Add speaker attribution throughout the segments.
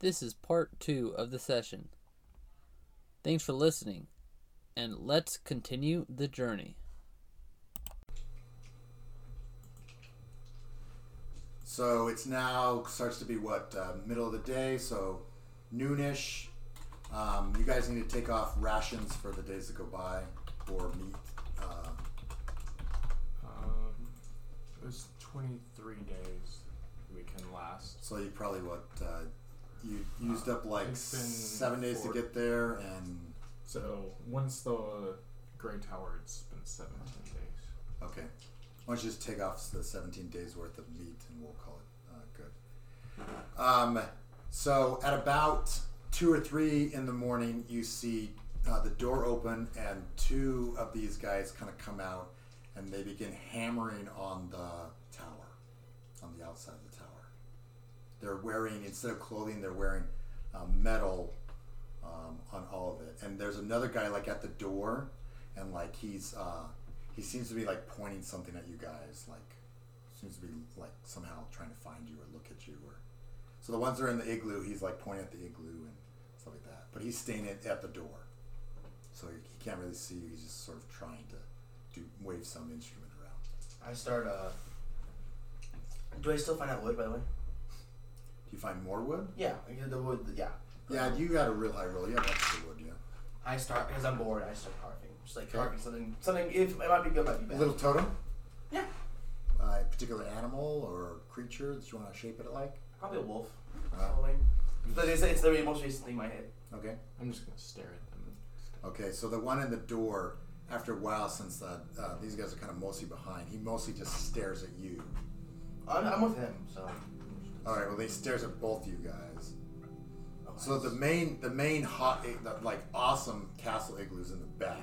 Speaker 1: This is part two of the session. Thanks for listening, and let's continue the journey.
Speaker 2: So it's now starts to be what uh, middle of the day, so noonish. Um, you guys need to take off rations for the days that go by, or meat. Uh,
Speaker 3: Um, it was 23 days we can last.
Speaker 2: so you probably what uh, you used up like
Speaker 3: It's been
Speaker 2: seven days
Speaker 3: four.
Speaker 2: to get there, and
Speaker 3: So once the Grey Tower, it's been 17 days.
Speaker 2: okay. Why don't you just take off the 17 days worth of meat, and we'll call it uh, good. Um, so at about two or three in the morning, you see uh, the door open, and two of these guys kind of come out, and they begin hammering on the tower, on the outside of the tower. They're wearing instead of clothing, they're wearing uh, metal um, on all of it. And there's another guy like at the door, and like he's uh, he seems to be like pointing something at you guys, like seems to be like somehow trying to find you or look at you or so the ones that are in the igloo, he's like pointing at the igloo and stuff like that. But he's staying at, at the door, so he, he can't really see you. He's just sort of trying to do wave some instrument around.
Speaker 4: I start. uh... Do I still find that wood, by the way?
Speaker 2: Do you find more wood?
Speaker 4: Yeah, I get the wood. Yeah.
Speaker 2: Yeah, you got a real high roll. You have extra wood, yeah.
Speaker 4: I start because I'm bored. I start carving, just like
Speaker 2: Okay.
Speaker 4: carving something. Something. If it might be good, might be
Speaker 2: A
Speaker 4: bad.
Speaker 2: little totem,
Speaker 4: Yeah.
Speaker 2: uh, a particular animal or creature that you want to shape it like.
Speaker 4: Probably a wolf.
Speaker 2: Wow.
Speaker 4: Probably. But it's, it's the most recent thing in my head.
Speaker 2: Okay.
Speaker 3: I'm just gonna stare at them. and stuff.
Speaker 2: Okay, so the one in the door, after a while, since uh, uh, these guys are kind of mostly behind, he mostly just stares at you.
Speaker 4: I'm, I'm with him, so.
Speaker 2: All right, well, he stares at both you guys.
Speaker 4: Oh,
Speaker 2: So the main, the main hot, i- the, like awesome castle igloos in the back,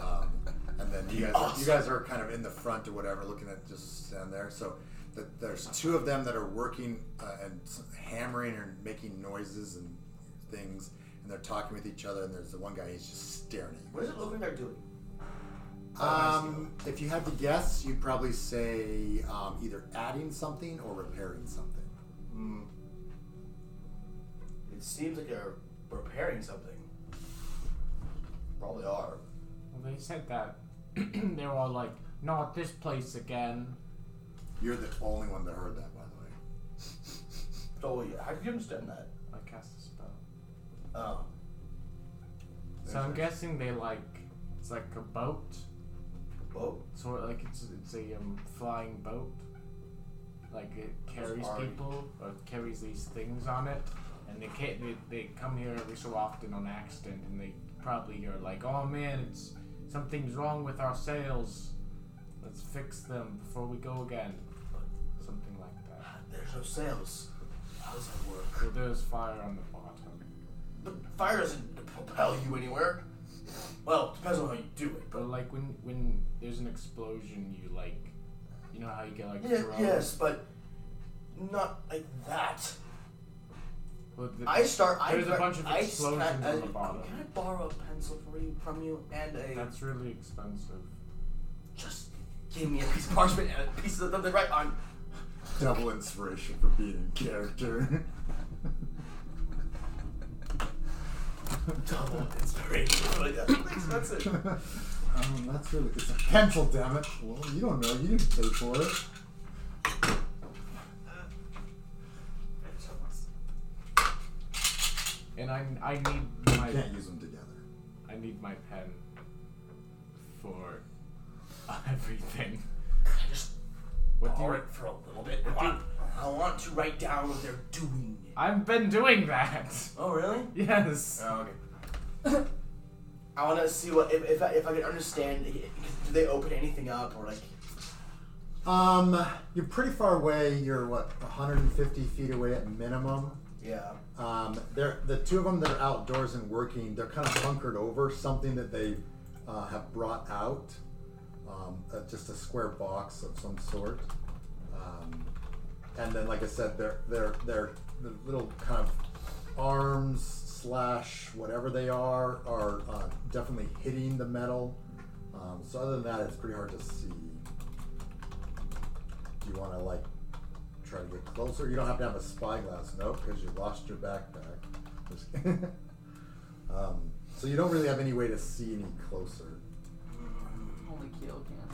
Speaker 2: um, and then you guys, you guys are kind of in the front or whatever, looking at just stand there. So the, there's two of them that are working uh, and s- hammering and making noises and things, and they're talking with each other. And there's the one guy, he's just staring at you.
Speaker 4: What does it look like they're doing?
Speaker 2: Um, if you had to guess, you'd probably say um, either adding something or repairing something.
Speaker 4: Hmm. It seems like they're repairing something. Probably are.
Speaker 5: Well, they said that they were all like, "Not this place again."
Speaker 2: You're the only one that heard that, by the way.
Speaker 4: So oh, yeah, how do you understand that?
Speaker 5: I cast a spell,
Speaker 4: Oh.
Speaker 5: so I'm
Speaker 2: There's a-
Speaker 5: guessing they like it's like a boat,
Speaker 4: Well,
Speaker 5: sort of like it's it's a um, flying boat, like it carries
Speaker 4: Sorry.
Speaker 5: people or carries these things on it, and they can't, they they come here every so often on accident, and they probably are like, "Oh man, it's something's wrong with our sails. Let's fix them before we go again." Something like that.
Speaker 4: there's no sails. How does that work?
Speaker 5: Well, there's fire on the bottom.
Speaker 4: But fire doesn't propel you anywhere. Well, depends on how you do it,
Speaker 5: But
Speaker 4: but
Speaker 5: like when when there's an explosion, you like, you know how you get like
Speaker 4: yeah,
Speaker 5: thrown.
Speaker 4: yes, but not like that.
Speaker 5: Well, the,
Speaker 4: I start. I
Speaker 5: There's a
Speaker 4: gra-
Speaker 5: bunch of
Speaker 4: I
Speaker 5: explosions
Speaker 4: sca-
Speaker 5: on
Speaker 4: I-
Speaker 5: the bottom.
Speaker 4: Can I borrow a pencil for you, from you and a?
Speaker 5: That's really expensive.
Speaker 4: just give me a piece of parchment and a piece of something right on.
Speaker 2: double inspiration for being in character.
Speaker 4: Double inspiration. Like that's really expensive.
Speaker 2: um, that's really it's a pencil, damn it. Well, you don't know. You didn't pay for it.
Speaker 5: And I I need my
Speaker 2: I can't use them together.
Speaker 5: I need my pen for everything.
Speaker 4: Can I just
Speaker 5: What do
Speaker 4: borrow
Speaker 5: you?
Speaker 4: it for a little bit? I want, I want to write down what they're doing.
Speaker 5: I've been doing that.
Speaker 4: Oh really?
Speaker 5: Yes.
Speaker 4: Oh, okay. I want to see what if if I, if I can understand. i- Do they open anything up or like?
Speaker 2: Um, you're pretty far away. You're what 150 feet away at minimum.
Speaker 4: Yeah.
Speaker 2: Um, they're the two of them that are outdoors and working. They're kind of hunkered over something that they uh, have brought out, um, uh, just a square box of some sort. Um, and then, like I said, they're they're they're the little kind of arms slash whatever they are are uh, definitely hitting the metal. Um, so other than that, it's pretty hard to see. Do you want to like try to get closer. You don't have to have a spyglass, no, because you lost your backpack. Just kidding. um, so you don't really have any way to see any closer.
Speaker 6: Only Keel can.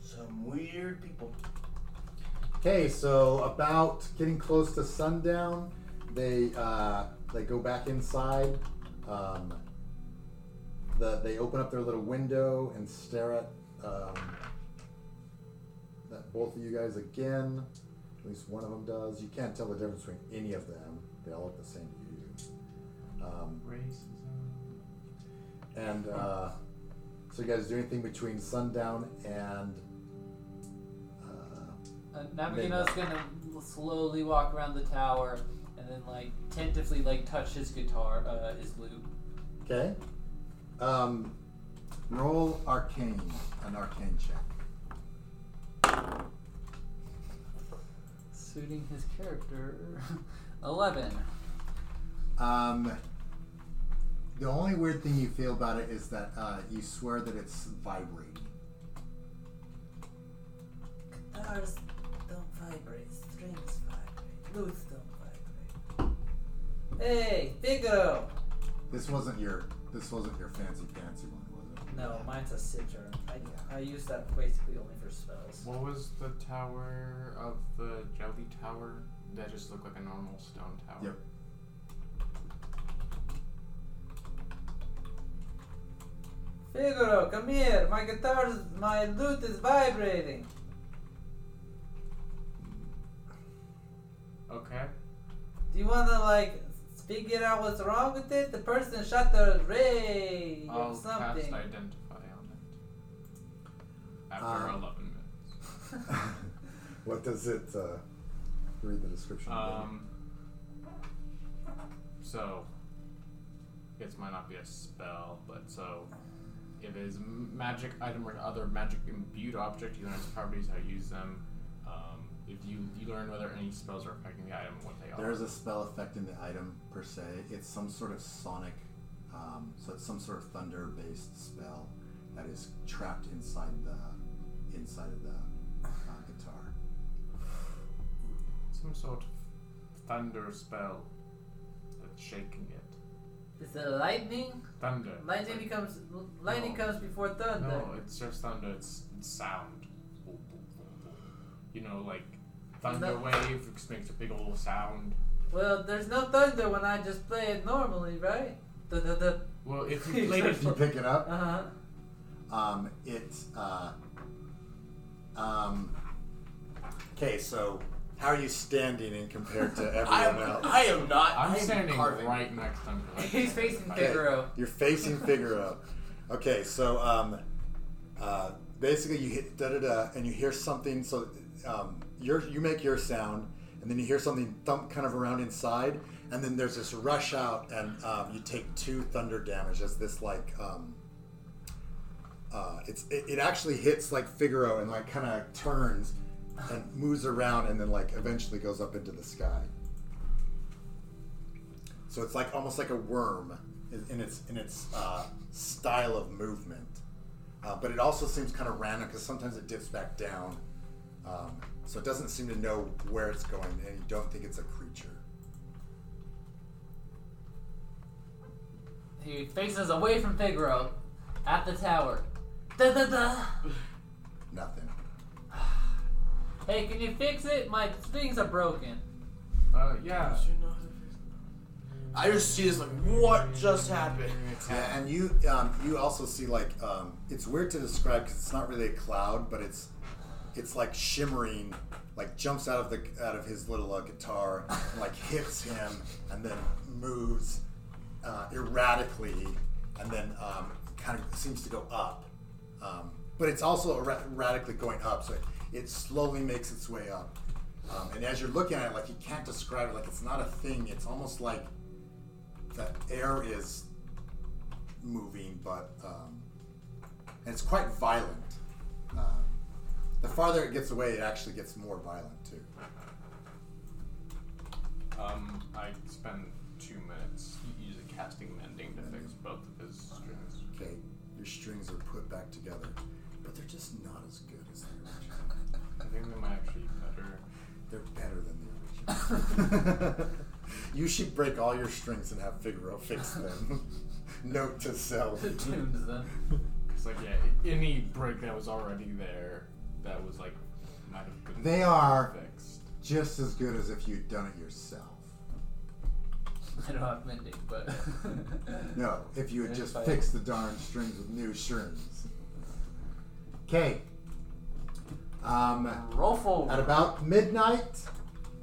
Speaker 4: Some weird people.
Speaker 2: Okay, so about getting close to sundown, they uh, they go back inside. Um, the, they open up their little window and stare at um, that both of you guys again. At least one of them does. You can't tell the difference between any of them. They all look the same to you. Um,
Speaker 5: Racism.
Speaker 2: and uh, so you guys do anything between sundown and uh,
Speaker 6: Uh, Nabagino's gonna slowly walk around the tower and then like tentatively like touch his guitar, uh, his lute.
Speaker 2: Okay. Um, roll arcane, an arcane check.
Speaker 6: Suiting his character. Eleven.
Speaker 2: Um, the only weird thing you feel about it is that uh, you swear that it's vibrating.
Speaker 7: Guitars don't vibrate, strings vibrate, lutes don't vibrate. Hey, Figaro!
Speaker 2: This wasn't your this wasn't your fancy fancy one, was it?
Speaker 7: No, mine's a citrus. I, I use that basically only for spells.
Speaker 5: What was the tower of the jelly tower? That just looked like a normal stone tower.
Speaker 2: Yep.
Speaker 7: Figaro, come here! My guitar, is, my lute is vibrating!
Speaker 5: Okay.
Speaker 7: Do you wanna, like, figure out what's wrong with it? The person shot the ray
Speaker 5: I'll
Speaker 7: or something.
Speaker 5: cast identify on it. After
Speaker 4: Uh,
Speaker 2: Um,
Speaker 5: 11 minutes.
Speaker 2: what does it uh, read the description? again.
Speaker 5: Um. So, this might not be a spell, but so if it is m- magic item or other magic imbued object, you learn its properties, how you use them. Um, if you you learn whether any spells are affecting the item, what they are.
Speaker 2: There is a spell affecting the item per se. It's some sort of sonic, um, so it's some sort of thunder-based spell that is trapped inside the inside of the uh, guitar.
Speaker 5: some sort of thunder spell that's shaking it.
Speaker 6: Is it lightning?
Speaker 5: Thunder.
Speaker 6: Lightning
Speaker 5: Like-
Speaker 6: becomes lightning
Speaker 5: No.
Speaker 6: comes before thunder.
Speaker 5: No, it's just thunder. It's, it's sound. Boom, boom, boom, boom. You know, like thunder
Speaker 6: that-
Speaker 5: wave which makes a big old sound.
Speaker 6: Well, there's no thunder when I just play it normally, right? Duh, duh, duh.
Speaker 5: Well, if you played it
Speaker 2: If you
Speaker 5: for
Speaker 2: pick it up,
Speaker 6: Uh huh.
Speaker 2: Um, it. Uh, um. Okay, so how are you standing in compared to
Speaker 4: I am,
Speaker 2: everyone else?
Speaker 4: I am not. I
Speaker 5: I'm
Speaker 4: am
Speaker 5: standing
Speaker 4: carving.
Speaker 5: right next to him. 'cause I
Speaker 6: He's
Speaker 5: can't
Speaker 6: facing
Speaker 5: fight.
Speaker 2: Okay,
Speaker 6: Figaro.
Speaker 2: You're facing Figaro. Okay, so um, uh, basically you hit da da da, and you hear something. So um, your you make your sound, and then you hear something thump kind of around inside, and then there's this rush out, and um, you take two thunder damage as this like. Um, uh, it's it, it actually hits like Figaro and like kind of turns and moves around and then like eventually goes up into the sky. So it's like almost like a worm in- in its in its uh, style of movement, uh, but it also seems kind of random because sometimes it dips back down. Um, so it doesn't seem to know where it's going, and you don't think it's a creature.
Speaker 6: He faces away from Figaro at the tower. Da da da.
Speaker 2: Nothing.
Speaker 6: Hey, can you fix it? My things are broken.
Speaker 5: Uh, yeah.
Speaker 4: I just see this like, what just happened?
Speaker 2: Yeah, and you um, you also see like um, it's weird to describe because it's not really a cloud, but it's it's like shimmering, like jumps out of the out of his little uh, guitar, and, like hits him, and then moves uh, erratically, and then um, kind of seems to go up, um, but it's also erra- erratically going up, so it, it slowly makes its way up. Um, and as you're looking at it, like you can't describe it, like it's not a thing. It's almost like the air is moving, but um, and it's quite violent. Um, the farther it gets away, it actually gets more violent too.
Speaker 5: Um, I spend two minutes using casting mending to fix both of his strings.
Speaker 2: Okay, strings are put back together, but they're just not as good as the original.
Speaker 5: I think they might actually be better.
Speaker 2: They're better than the original. you should break all your strings and have Figaro fix them. Note to self.
Speaker 6: tunes them.
Speaker 5: Cause like yeah, any break that was already there, that was like might have been
Speaker 2: They are
Speaker 5: fixed.
Speaker 2: just as good as if you'd done it yourself.
Speaker 6: I don't have mending, but
Speaker 2: No, if you had just
Speaker 6: If I-
Speaker 2: fixed the darn strings with new strings. Okay. Um,
Speaker 6: roll forward.
Speaker 2: At about midnight,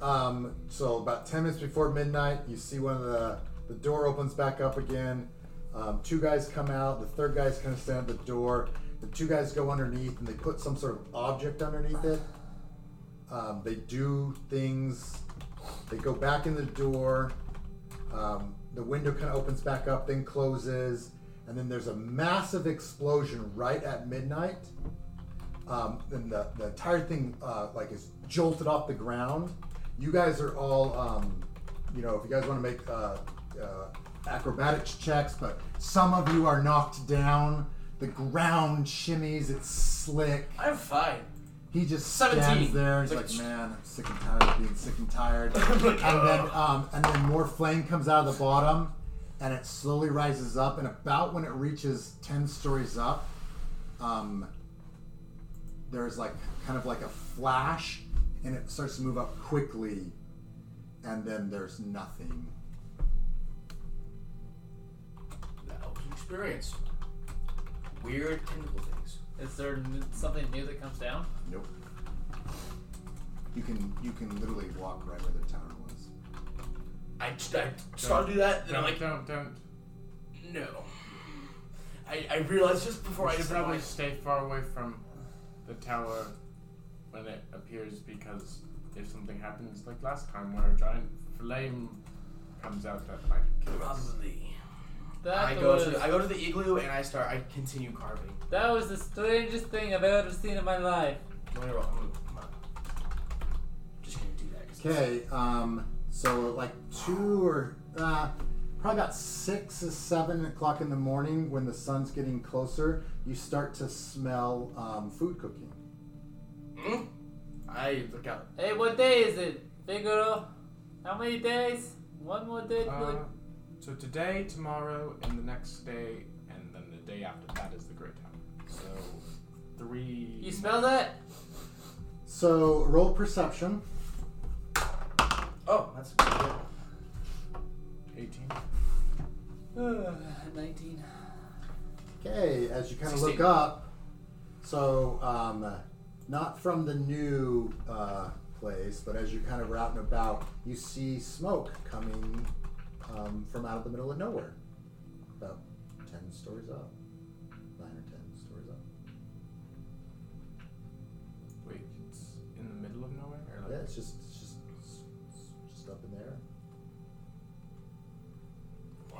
Speaker 2: um, so about 10 minutes before midnight, you see one of the, the door opens back up again. Um, two guys come out, the third guy's kind of standing at the door. The two guys go underneath and they put some sort of object underneath it. Um, they do things, they go back in the door. Um, the window kind of opens back up, then closes. And then there's a massive explosion right at midnight um, and the, the entire thing uh, like is jolted off the ground. You guys are all, um, you know, if you guys want to make uh, uh, acrobatics checks, but some of you are knocked down. The ground shimmies. It's slick.
Speaker 4: I'm fine.
Speaker 2: He just
Speaker 4: 17.
Speaker 2: stands there. He's
Speaker 4: Like,
Speaker 2: like,
Speaker 4: "Sh-"
Speaker 2: man, I'm sick and tired of being sick and tired.
Speaker 4: I'm like, oh.
Speaker 2: and then,
Speaker 4: "Ugh."
Speaker 2: um, and then more flame comes out of the bottom, and it slowly rises up. And about when it reaches ten stories up, um, there's like kind of like a flash, and it starts to move up quickly, and then there's nothing.
Speaker 4: That helps you experience weird tentacle things.
Speaker 6: Is there n- something new that comes down?
Speaker 2: Nope. You can you can literally walk right where the tower was.
Speaker 4: I, just- I saw to do that, and
Speaker 5: Don't,
Speaker 4: I'm like,
Speaker 5: don't, don't.
Speaker 4: no. I, I realized just before
Speaker 5: You
Speaker 4: I
Speaker 5: should
Speaker 4: said
Speaker 5: probably
Speaker 4: like,
Speaker 5: stay far away from the tower when it appears because if something happens like last time where a giant flame comes out that might kill us.
Speaker 4: probably.
Speaker 6: That
Speaker 4: I go
Speaker 6: was
Speaker 4: to I go to the igloo and I start. I continue carving.
Speaker 6: that was the strangest thing I've ever seen in my life.
Speaker 4: No, you're wrong. I'm gonna- Come on. Just gonna do that. 'cause it's-
Speaker 2: Okay, um, so like two or uh, probably about six or seven o'clock in the morning when the sun's getting closer, you start to smell um, food cooking.
Speaker 4: Hmm? I look out.
Speaker 6: Hey, what day is it, Figaro? How many days? One more day. to
Speaker 5: Uh,
Speaker 6: go?
Speaker 5: so today, tomorrow, and the next day, and then the day after that is the Great Tower. So three.
Speaker 6: you smell that?
Speaker 2: So roll perception.
Speaker 4: Oh, that's good.
Speaker 5: Eighteen.
Speaker 6: Nineteen.
Speaker 2: Okay, as you kind of look
Speaker 4: 16.
Speaker 2: up, so um, not from the new uh, place, but as you kind of were out and about, you see smoke coming um, from out of the middle of nowhere, about ten stories up, nine or ten stories up.
Speaker 5: Wait, it's in the middle of nowhere. Or like,
Speaker 2: Yeah, it's just it's just it's just up in there.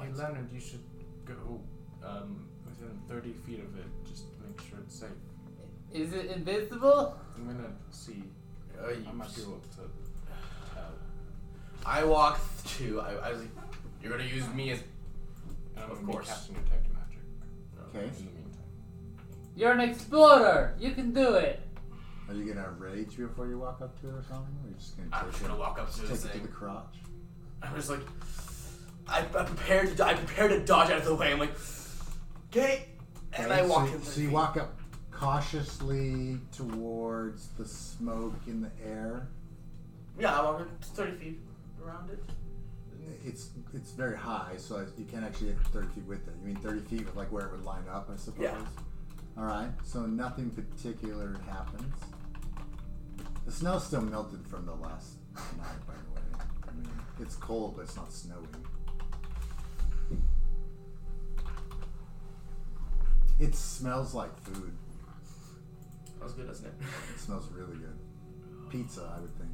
Speaker 5: Hey Leonard, you should go um, within thirty feet of it just to make sure it's safe.
Speaker 6: Is it invisible?
Speaker 5: I'm gonna see.
Speaker 4: Uh, you
Speaker 5: I might be
Speaker 4: s-
Speaker 5: able to uh, tell.
Speaker 4: I walk to. I, I was like, you're gonna use me as.
Speaker 5: And I'm
Speaker 4: Of
Speaker 5: gonna be
Speaker 4: course.
Speaker 5: casting detect magic.
Speaker 2: Okay.
Speaker 5: In the meantime,
Speaker 6: You're an explorer. You can do it.
Speaker 2: Are you gonna rage before you walk up to it or something? Or are you just gonna
Speaker 4: I'm just
Speaker 2: take,
Speaker 4: gonna walk up to
Speaker 2: it,
Speaker 4: this
Speaker 2: take it to the
Speaker 4: thing.
Speaker 2: crotch?
Speaker 4: I'm just like, I, I prepared to. I prepared to dodge out of the way. I'm like, okay, and I
Speaker 2: Okay,
Speaker 4: walk
Speaker 2: so,
Speaker 4: in.
Speaker 2: so you walk up cautiously towards the smoke in the air.
Speaker 4: Yeah, I walk in thirty feet around it.
Speaker 2: It's it's very high, so you can't actually get thirty feet with it. You mean thirty feet with like where it would line up, I suppose.
Speaker 4: Yeah.
Speaker 2: All right. So nothing particular happens. The snow still melted from the last night, by the way. I mean, it's cold, but it's not snowing. It smells like food.
Speaker 4: That was good, doesn't it?
Speaker 2: It smells really good. Pizza, I would think.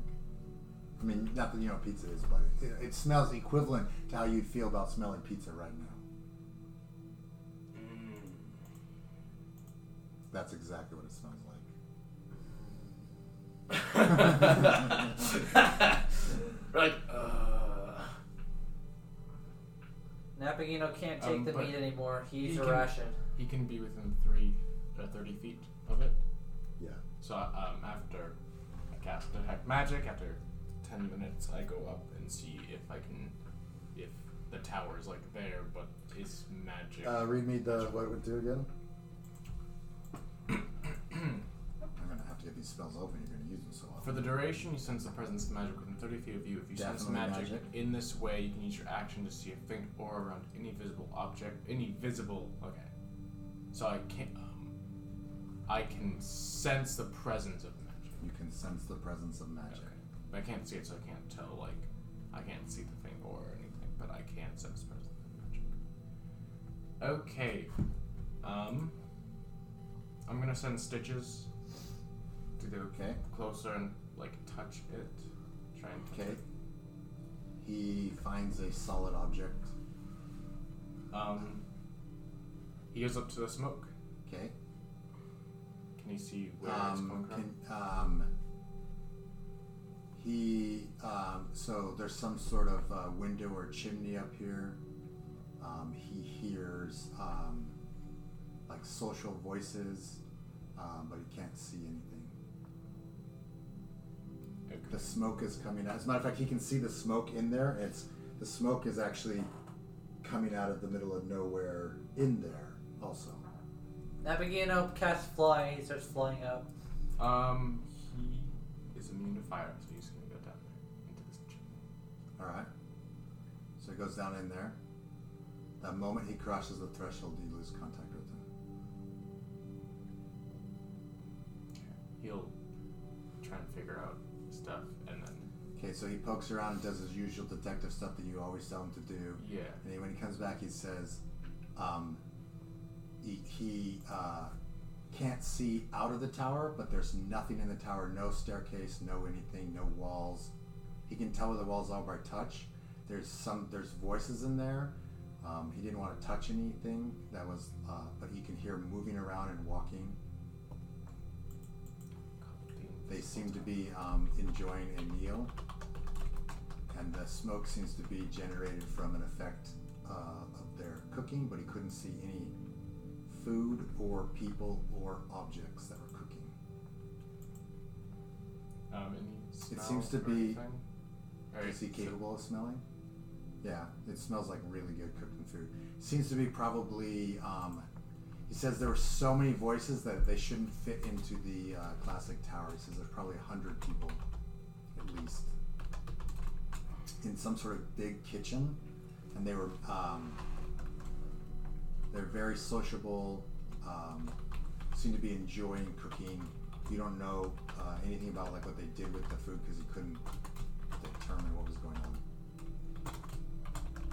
Speaker 2: I mean, not that you know what pizza is, but it, it smells equivalent to how you'd feel about smelling pizza right now.
Speaker 4: Mm.
Speaker 2: That's exactly what it smells like.
Speaker 4: We're like, uh,
Speaker 7: Napagino can't take
Speaker 5: Um,
Speaker 7: the
Speaker 5: but
Speaker 7: meat anymore. He's
Speaker 5: he
Speaker 7: a
Speaker 5: can-
Speaker 7: ration.
Speaker 5: He can be within three, uh, 30 feet of it.
Speaker 2: Yeah.
Speaker 5: So um, after I cast detect magic, after ten minutes, I go up and see if I can, if the tower is like there, but it's magic.
Speaker 2: Uh, read me the what it would do again. I'm gonna have to get these spells open. You're gonna use them so
Speaker 5: For
Speaker 2: often.
Speaker 5: the duration, you sense the presence of magic within 30 feet of you. If you sense
Speaker 2: Definitely
Speaker 5: magic,
Speaker 2: magic.
Speaker 5: in this way, you can use your action to see a faint aura around any visible object. Any visible. Okay. So I can Um, I can sense the presence of magic.
Speaker 2: You can sense the presence of magic.
Speaker 5: Okay. But I can't see it, so I can't tell, like, I can't see the thing or anything, but I can sense presence of magic. Okay. Um. I'm gonna send stitches to the
Speaker 2: Okay.
Speaker 5: closer and, like, touch it. Try and touch
Speaker 2: Okay.
Speaker 5: it.
Speaker 2: He finds a solid object.
Speaker 5: Um. He goes up to the smoke.
Speaker 2: Okay.
Speaker 5: Can you see where it's coming
Speaker 2: Um,
Speaker 5: from?
Speaker 2: can, um, he um, so there's some sort of uh, window or chimney up here. Um, he hears um, like social voices, um, but he can't see anything. The
Speaker 5: Okay.
Speaker 2: smoke is coming out. As a matter of fact, he can see the smoke in there. It's the smoke is actually coming out of the middle of nowhere in there. Also,
Speaker 7: Nabagino casts fly. He starts flying up.
Speaker 5: Um. He is immune to fire, so he's gonna go down there into this chimney.
Speaker 2: all right. So he goes down in there. The moment he crosses the threshold, you lose contact with him.
Speaker 5: He'll try and figure out stuff, and then
Speaker 2: Okay, so he pokes around and does his usual detective stuff that you always tell him to do.
Speaker 5: yeah,
Speaker 2: And then when he comes back, he says, um, he, he uh, can't see out of the tower, but there's nothing in the tower no staircase, no anything, no walls. He can tell where the walls are by touch. There's some, there's voices in there. Um, he didn't want to touch anything that was, uh, but he can hear moving around and walking. They seem to be um, enjoying a meal, and the smoke seems to be generated from an effect uh, of their cooking, but he couldn't see any food or people or objects that were cooking.
Speaker 5: Um, and he smells
Speaker 2: seems to
Speaker 5: or
Speaker 2: be-
Speaker 5: anything? Or
Speaker 2: Is he
Speaker 5: so-
Speaker 2: capable of smelling? Yeah, it smells like really good cooking food. Seems to be probably. Um, he says there were so many voices that they shouldn't fit into the uh, classic tower. He says there's probably a hundred people, at least, in some sort of big kitchen, and they were. Um, they're very sociable. Um, seem to be enjoying cooking. You don't know uh, anything about like what they did with the food because he couldn't determine what was going on.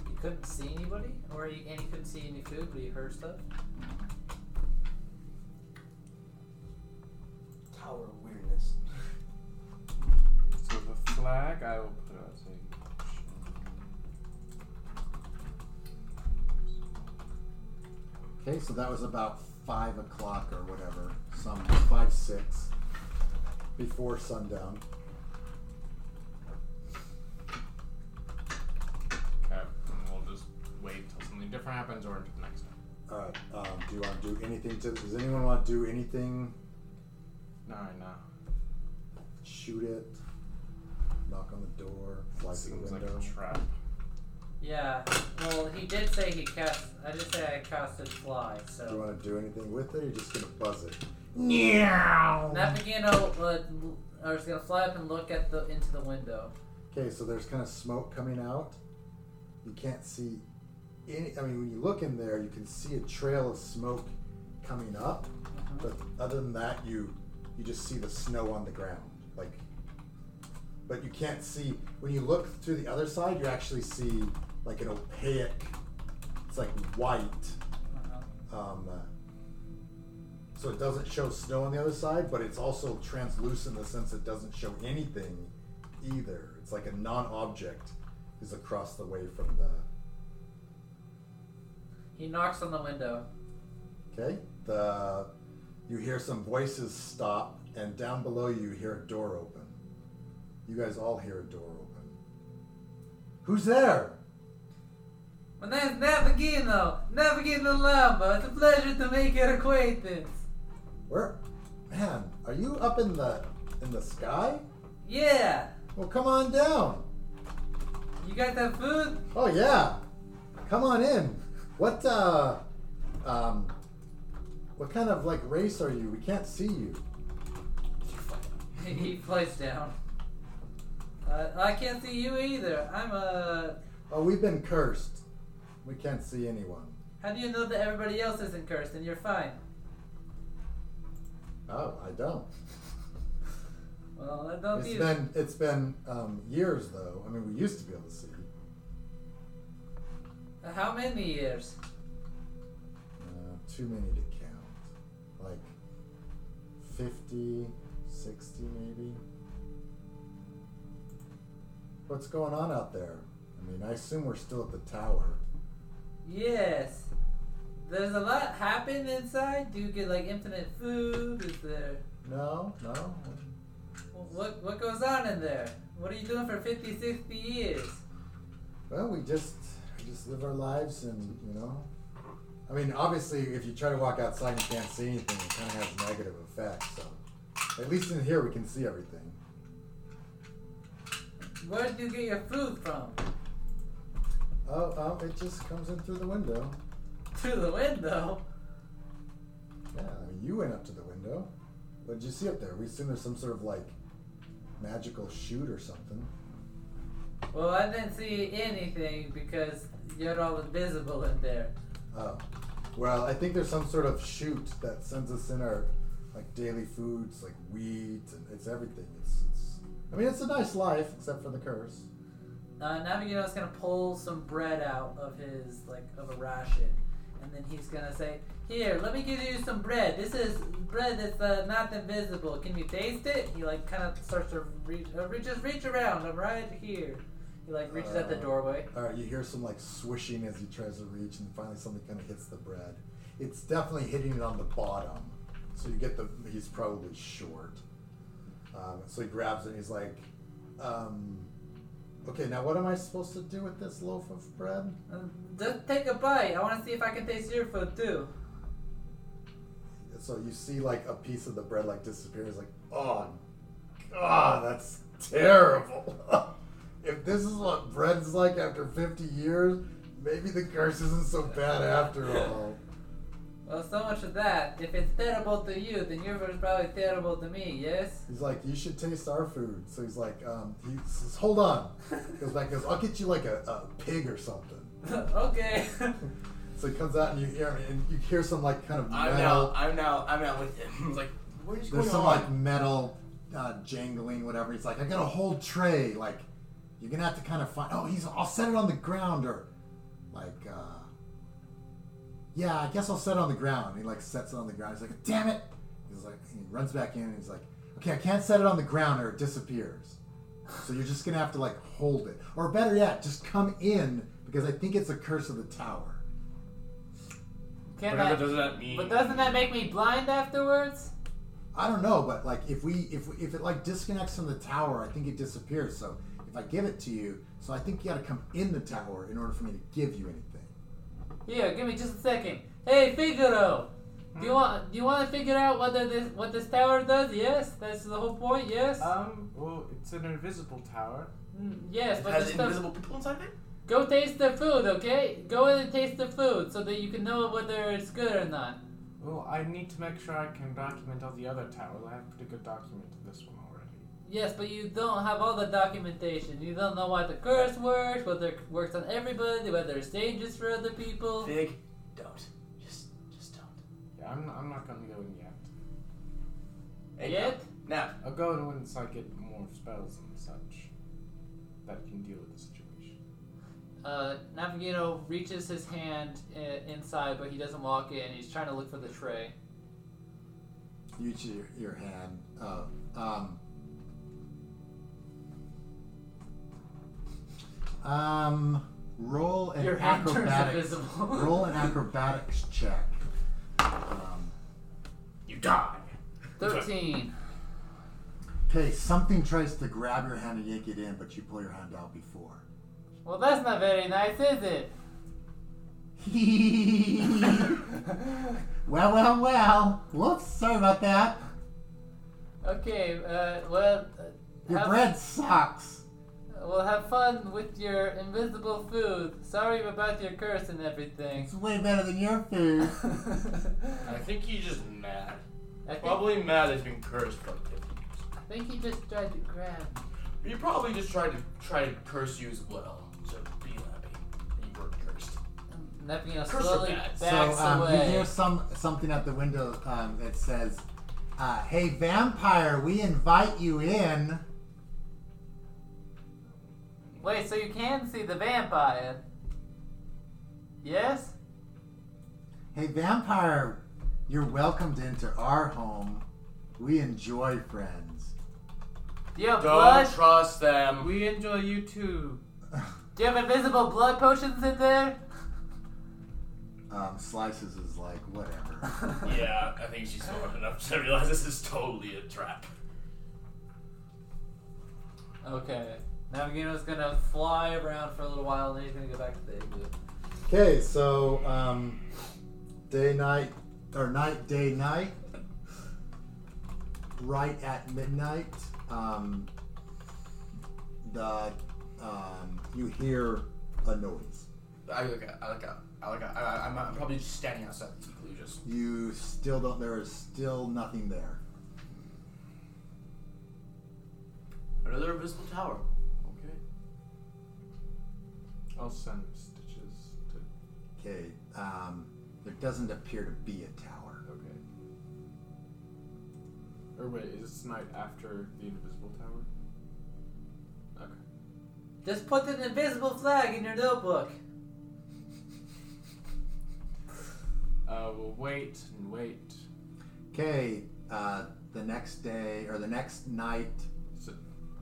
Speaker 7: He couldn't see anybody, or he, and he couldn't see any food, but he heard stuff.
Speaker 4: Tower of weirdness.
Speaker 5: So the flag, I will put it as a.
Speaker 2: Okay, so that was about five o'clock or whatever, some five six, before sundown.
Speaker 5: Okay, and we'll just wait till something different happens or until the next time.
Speaker 2: All right. Um, do you want to do anything? To, does anyone want to do anything?
Speaker 5: No, right now.
Speaker 2: Shoot it. Knock on the door. Fly through
Speaker 5: Seems
Speaker 2: the
Speaker 5: like
Speaker 2: window.
Speaker 5: a trap.
Speaker 7: Yeah. Well, he did say he cast. I did say I casted fly. So.
Speaker 2: do you want to do anything with it? Or you're just gonna buzz it.
Speaker 7: Napagino would or is uh, gonna fly up and look at the into the window.
Speaker 2: Okay, so there's kind of smoke coming out. You can't see any. I mean, when you look in there, you can see a trail of smoke coming up, but other than that, you you just see the snow on the ground. Like, but you can't see when you look through the other side. You actually see like an opaque. It's like white.
Speaker 7: Uh-huh.
Speaker 2: Um, uh, so it doesn't show snow on the other side, but it's also translucent in the sense it doesn't show anything either. It's like a non-object is across the way from the.
Speaker 7: He knocks on the window.
Speaker 2: Okay, the you hear some voices stop, and down below you hear a door open. You guys all hear a door open. Who's there?
Speaker 7: My name's Navagino. Navagino Lama. It's a pleasure to make your acquaintance.
Speaker 2: Where, man? Are you up in the in the sky?
Speaker 7: Yeah.
Speaker 2: Well, come on down.
Speaker 7: You guys have food?
Speaker 2: Oh yeah, come on in. What uh, um, what kind of like race are you? We can't see you.
Speaker 7: he plays down. Uh, I can't see you either. I'm uh, a.
Speaker 2: Oh, we've been cursed. We can't see anyone.
Speaker 7: How do you know that everybody else isn't cursed and you're fine?
Speaker 2: Oh, I don't.
Speaker 7: Well, I don't
Speaker 2: It's
Speaker 7: either.
Speaker 2: been it's been um, years though. I mean, we used to be able to see.
Speaker 7: Uh, How many years?
Speaker 2: Uh, too many to count. Like 50, 60 maybe. What's going on out there? I mean, I assume we're still at the tower.
Speaker 7: Yes. There's a lot happen inside. Do you get like infinite food? Is there
Speaker 2: No, no.
Speaker 7: what what goes on in there? What are you doing for 50, 60 years?
Speaker 2: Well, we just we just live our lives and, you know. I mean, obviously, if you try to walk outside and you can't see anything, it kind of has a negative effect, so. At least in here, we can see everything.
Speaker 7: Where do you get your food from?
Speaker 2: Oh, oh, it just comes in through the window.
Speaker 7: Through the window.
Speaker 2: Yeah, I mean, you went up to the window. What did you see up there? We assume there's some sort of like magical chute or something.
Speaker 7: Well, I didn't see anything because you're all invisible in there.
Speaker 2: Oh, well, I think there's some sort of chute that sends us in our like daily foods, like wheat, and it's everything. It's, it's I mean, it's a nice life except for the curse.
Speaker 7: Uh, Navigano's gonna pull some bread out of his like of a ration, and then he's gonna say, "Here, let me give you some bread. This is bread that's uh, not invisible. Can you taste it?" He like kind of starts to reach, uh, reach, just reach around. I'm right here. He like reaches out the
Speaker 2: Uh,
Speaker 7: doorway.
Speaker 2: All right, you hear some like swishing as he tries to reach, and finally something kind of hits the bread. It's definitely hitting it on the bottom, so you get the he's probably short. Um, so he grabs it and he's like, um, "Okay, now what am I supposed to do with this loaf of bread?"
Speaker 7: Uh, just take a bite. I want to see if I can taste your food too.
Speaker 2: So you see like a piece of the bread like disappears. Like, oh, god, that's terrible. if this is what bread's like after 50 years, maybe the curse isn't so bad after all.
Speaker 7: Well, so much for that. If it's terrible to you, then yours was probably terrible to me. Yes.
Speaker 2: He's like, you should taste our food. So he's like, um, he says, hold on. Goes back, goes, I'll get you like a, a pig or something.
Speaker 7: okay.
Speaker 2: So he comes out and you hear him, and you hear some like kind of
Speaker 4: I'm
Speaker 2: metal.
Speaker 4: now, I'm now, I'm now with him. He's like, what is going
Speaker 2: There's some
Speaker 4: on?
Speaker 2: like metal uh, jangling, whatever. He's like, I got a whole tray. Like, you're gonna have to kind of find. Oh, he's. I'll set it on the ground or, like, uh, yeah, I guess I'll set it on the ground. He like sets it on the ground. He's like, damn it. He's like, he runs back in and he's like, okay, I can't set it on the ground or it disappears. So you're just gonna have to like hold it, or better yet, just come in because I think it's a curse of the tower.
Speaker 6: Can
Speaker 4: Whatever
Speaker 6: I?
Speaker 4: does that mean?
Speaker 6: But doesn't that make me blind afterwards?
Speaker 2: I don't know, but like if we if if it like disconnects from the tower, I think it disappears. So if I give it to you, so I think you got to come in the tower in order for me to give you anything.
Speaker 6: Here, give me just a second. Hey, Figaro, do
Speaker 4: Hmm.
Speaker 6: you want do you want to figure out what the, this what this tower does? Yes, that's the whole point. Yes,
Speaker 4: Uh,
Speaker 5: Um, well, it's an invisible tower.
Speaker 6: Mm, yes,
Speaker 4: It
Speaker 6: but
Speaker 4: has
Speaker 6: the stuff-
Speaker 4: invisible people inside of it?
Speaker 6: Go taste the food, okay? Go in and taste the food so that you can know whether it's good or not.
Speaker 5: Well, I need to make sure I can document all the other towers. I have pretty good document of this one already.
Speaker 6: Yes, but you don't have all the documentation. You don't know why the curse works, whether it works on everybody, whether it's dangerous for other people.
Speaker 4: Fig, don't. Just, just don't.
Speaker 5: Yeah, I'm, I'm not gonna go in yet.
Speaker 4: Hey,
Speaker 6: Yet?
Speaker 4: Now,
Speaker 5: I'll go in once I get more spells and such that can deal with the situation.
Speaker 6: Uh, Navigato reaches his hand uh, inside, but he doesn't walk in. He's trying to look for the tray.
Speaker 2: You reach your, your hand. Uh, um, um, roll an
Speaker 6: Your hand turns
Speaker 2: acrobatics.
Speaker 6: invisible.
Speaker 2: roll an acrobatics check. Um,
Speaker 4: you die.
Speaker 6: 13.
Speaker 2: okay, something tries to grab your hand and yank it in, but you pull your hand out before.
Speaker 6: Well, that's not very nice, is it?
Speaker 2: well, well, well. Whoops, sorry about that.
Speaker 6: Okay, uh, well, uh,
Speaker 2: Your
Speaker 6: have,
Speaker 2: bread sucks.
Speaker 6: well, have fun with your invisible food. Sorry about your curse and everything.
Speaker 2: It's way better than your food.
Speaker 8: I think he's just mad.
Speaker 6: I think,
Speaker 8: Probably mad has been cursed for 50 years.
Speaker 6: I think he just tried to grab. me.
Speaker 8: He probably just tried to try to curse you as well. So be happy. You were cursed.
Speaker 6: Nepneo
Speaker 8: Curse
Speaker 6: slowly
Speaker 8: of God.
Speaker 6: backs
Speaker 8: So,
Speaker 2: so um, you
Speaker 6: away.
Speaker 2: hear some something out the window um, that says, uh, "Hey, vampire, we invite you in."
Speaker 6: Wait, so you can see the vampire? Yes?
Speaker 2: Hey, vampire, you're welcomed into our home. We enjoy friends.
Speaker 6: Do you have
Speaker 8: Don't
Speaker 6: blood?
Speaker 8: trust them.
Speaker 5: We enjoy you too.
Speaker 6: Do you have invisible blood potions in there?
Speaker 2: Um, Slices is like, whatever.
Speaker 8: yeah, I think she's smart enough to realize this is totally a trap.
Speaker 6: Okay. Navigino's gonna fly around for a little while and then he's gonna go back to the igloo.
Speaker 2: Okay, so um, day night or night day night, right at midnight, um, the um, you hear a noise.
Speaker 8: I look at, I look at, I look at, I, I- I'm, I'm probably just standing outside the igloo just.
Speaker 2: You still don't. There is still nothing there.
Speaker 8: Another invisible tower. Okay.
Speaker 5: I'll send stitches to.
Speaker 2: Okay, um, there doesn't appear to be a tower.
Speaker 5: Okay. Or wait, is this night after the invisible tower? Okay.
Speaker 7: Just put an invisible flag in your notebook.
Speaker 5: Uh, we'll wait and wait.
Speaker 2: Okay, uh, the next day or the next night.
Speaker 5: So,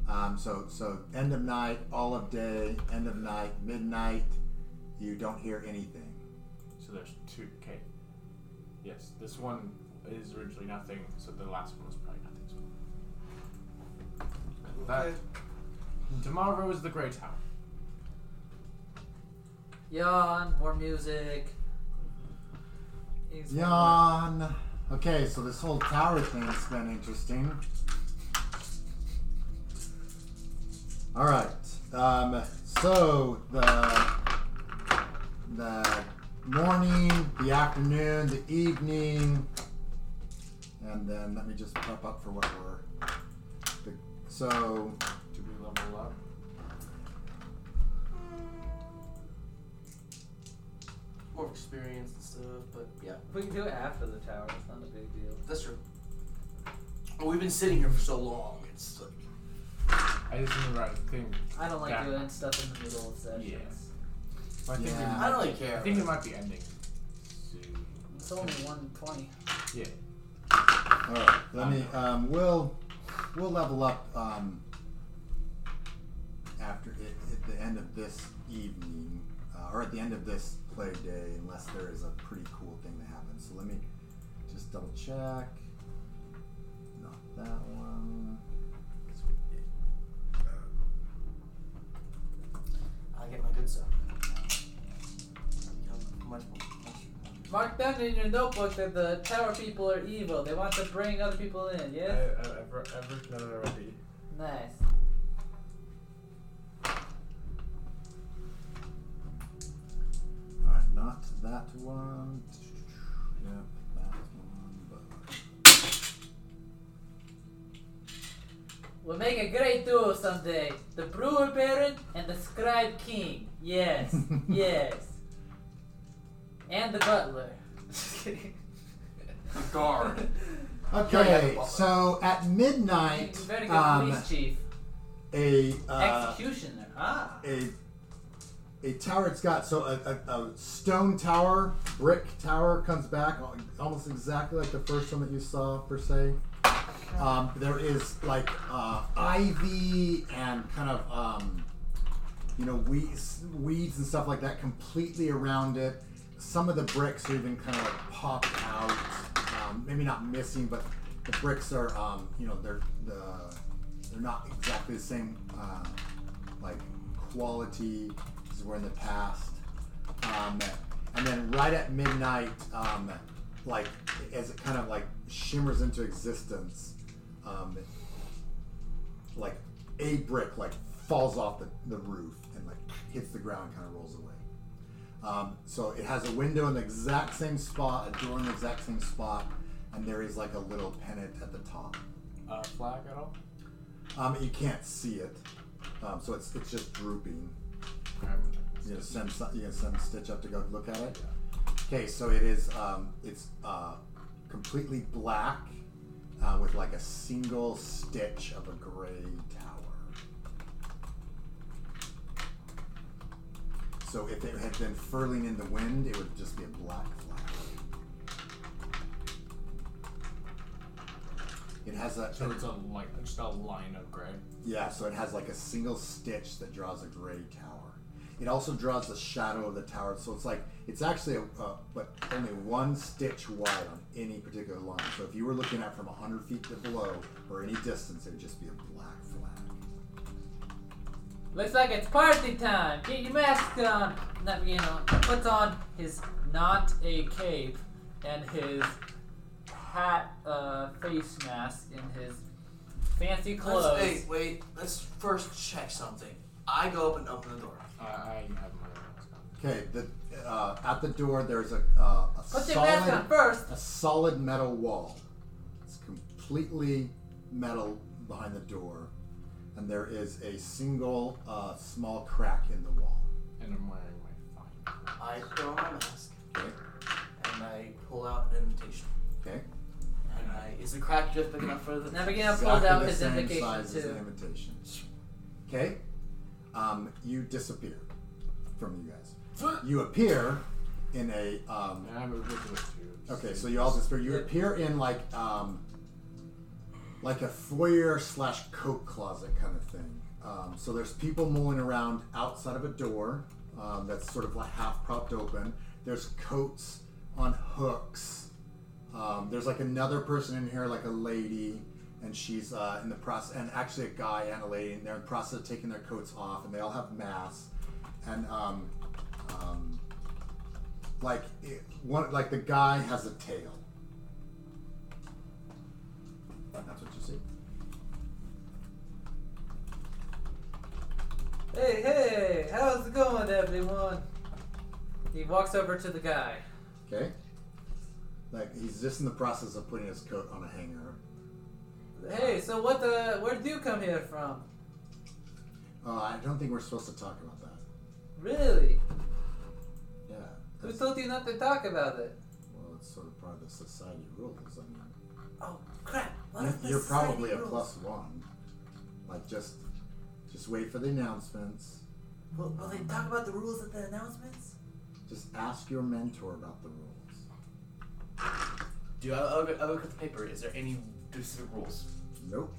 Speaker 2: Um, so so end of night, all of day, end of night, midnight. You don't hear anything.
Speaker 5: so there's two. Okay. Yes, this one is originally nothing, so the last one was probably nothing as well. And That. Tomorrow is the Grey Tower.
Speaker 7: Yawn, more music. Eats more.
Speaker 2: Yawn. Okay, so this whole tower thing's been interesting. All right. Um, so the the morning, the afternoon, the evening, and then let me just prep up for what we're. The, so
Speaker 5: Do we level up?
Speaker 4: More of experience and stuff, but yeah,
Speaker 7: We can do it after the tower. It's not a big deal.
Speaker 4: that's true. Well, we've been sitting here for so long. It's like
Speaker 5: I just remember I think.
Speaker 7: I don't like
Speaker 5: Yeah.
Speaker 7: doing stuff in the middle of sessions.
Speaker 5: Yes. I think,
Speaker 2: Yeah.
Speaker 5: we,
Speaker 4: I don't really care.
Speaker 5: I think it might be ending soon.
Speaker 7: It's only 120.
Speaker 5: Yeah.
Speaker 2: All right, let me. Um, we'll we'll level up um, after it, at the end of this evening, uh, or at the end of this play day, unless there is a pretty cool thing that happens. So let me just double check. Not that one.
Speaker 4: I get my good stuff. How Much more. much-
Speaker 7: Mark down in your notebook that the tower people are evil. They want to bring other people in,
Speaker 5: Uh,
Speaker 7: yes?
Speaker 5: I've, re- I've written it already.
Speaker 7: Nice.
Speaker 2: All right, not that one. Yep, that one. But
Speaker 7: We'll make a great duo someday. The brewer baron and the scribe king. Yes. yes. And the butler. Just kidding.
Speaker 8: The guard.
Speaker 2: Okay, so at midnight,
Speaker 7: You better get
Speaker 2: um,
Speaker 7: police chief.
Speaker 2: a uh,
Speaker 7: Executioner. Ah.
Speaker 2: a a tower it's got so a, a, a stone tower brick tower comes back al- almost exactly like the first one that you saw per se um, there is like uh, ivy and kind of um, you know weeds weeds and stuff like that completely around it some of the bricks are even kind of like popped out um, maybe not missing but the bricks are um, you know they're the they're not exactly the same uh, like quality as were in the past um, and then right at midnight, um, like as it kind of like shimmers into existence, um, like a brick like falls off the, the roof and like hits the ground, kind of rolls away. Um, so it has a window in the exact same spot, a door in the exact same spot, and there is like a little pennant at the top.
Speaker 5: Uh, flag at all?
Speaker 2: Um, you can't see it, um, so it's it's just drooping. You know, send some- you can send Stitch up to go look at it. Okay, so it is um, it's uh, completely black uh, with like a single stitch of a gray tower. So if it had been furling in the wind, it would just be a black flag. It has a
Speaker 5: So it's a like just a line of gray.
Speaker 2: yeah, so it has like a single stitch that draws a gray tower. It also draws the shadow of the tower, so it's like it's actually a, uh, but only one stitch wide on any particular line. So if you were looking at from 100 feet to below or any distance, it would just be a black flag.
Speaker 7: Looks like it's party time. Get your mask on. Not you know, puts on his not a cape and his hat, uh, face mask, and his fancy
Speaker 8: Let's,
Speaker 7: clothes.
Speaker 8: wait, wait. Let's first check something. I go up and open the door.
Speaker 5: I, I have my mask on.
Speaker 2: Okay, the uh, at the door there's a uh, a
Speaker 7: Put your mask on
Speaker 2: solid
Speaker 7: first.
Speaker 2: a solid metal wall. It's completely metal behind the door, and there is a single uh, small crack in the wall.
Speaker 5: And I'm wearing my fine.
Speaker 8: I put on my mask
Speaker 2: Okay.
Speaker 8: and I pull out an invitation.
Speaker 2: Okay.
Speaker 8: And I is the crack just big enough for the?
Speaker 7: Navigator pulled
Speaker 2: exactly
Speaker 7: out
Speaker 2: the
Speaker 7: his
Speaker 2: same
Speaker 7: invocation
Speaker 2: size as the
Speaker 7: too.
Speaker 2: invitation. Okay, um, you disappear from you guys. You appear in a um,
Speaker 5: And I'm a ridiculous too.
Speaker 2: okay, so you all disappear. You appear in like um, like a foyer slash coat closet kind of thing. Um, so there's people mulling around outside of a door um, that's sort of like half propped open. There's coats on hooks. Um, there's like another person in here, like a lady, and she's uh, in the process, and actually a guy and a lady, and they're in the process of taking their coats off, and they all have masks. And um, um, like it, one, like the guy has a tail. That's what you see.
Speaker 7: Hey, hey, how's it going, everyone? He walks over to the guy.
Speaker 2: Okay. Like he's just in the process of putting his coat on a hanger.
Speaker 7: Hey, so what the? Where do you come here from?
Speaker 2: Uh, I don't think we're supposed to talk about that.
Speaker 7: Really?
Speaker 2: Yeah.
Speaker 7: Who
Speaker 2: That's,
Speaker 7: told you not to talk about it?
Speaker 2: well, it's sort of part of the society rules. I mean,
Speaker 4: Oh crap! What
Speaker 2: you're,
Speaker 4: if the
Speaker 2: you're
Speaker 4: society
Speaker 2: probably a
Speaker 4: rules?
Speaker 2: plus one. Like just, just wait for the announcements.
Speaker 4: Will, will they talk about the rules at the announcements?
Speaker 2: Just ask your mentor about the rules.
Speaker 8: Do I, I, look, I look at the paper? Is there any specific rules?
Speaker 2: Nope.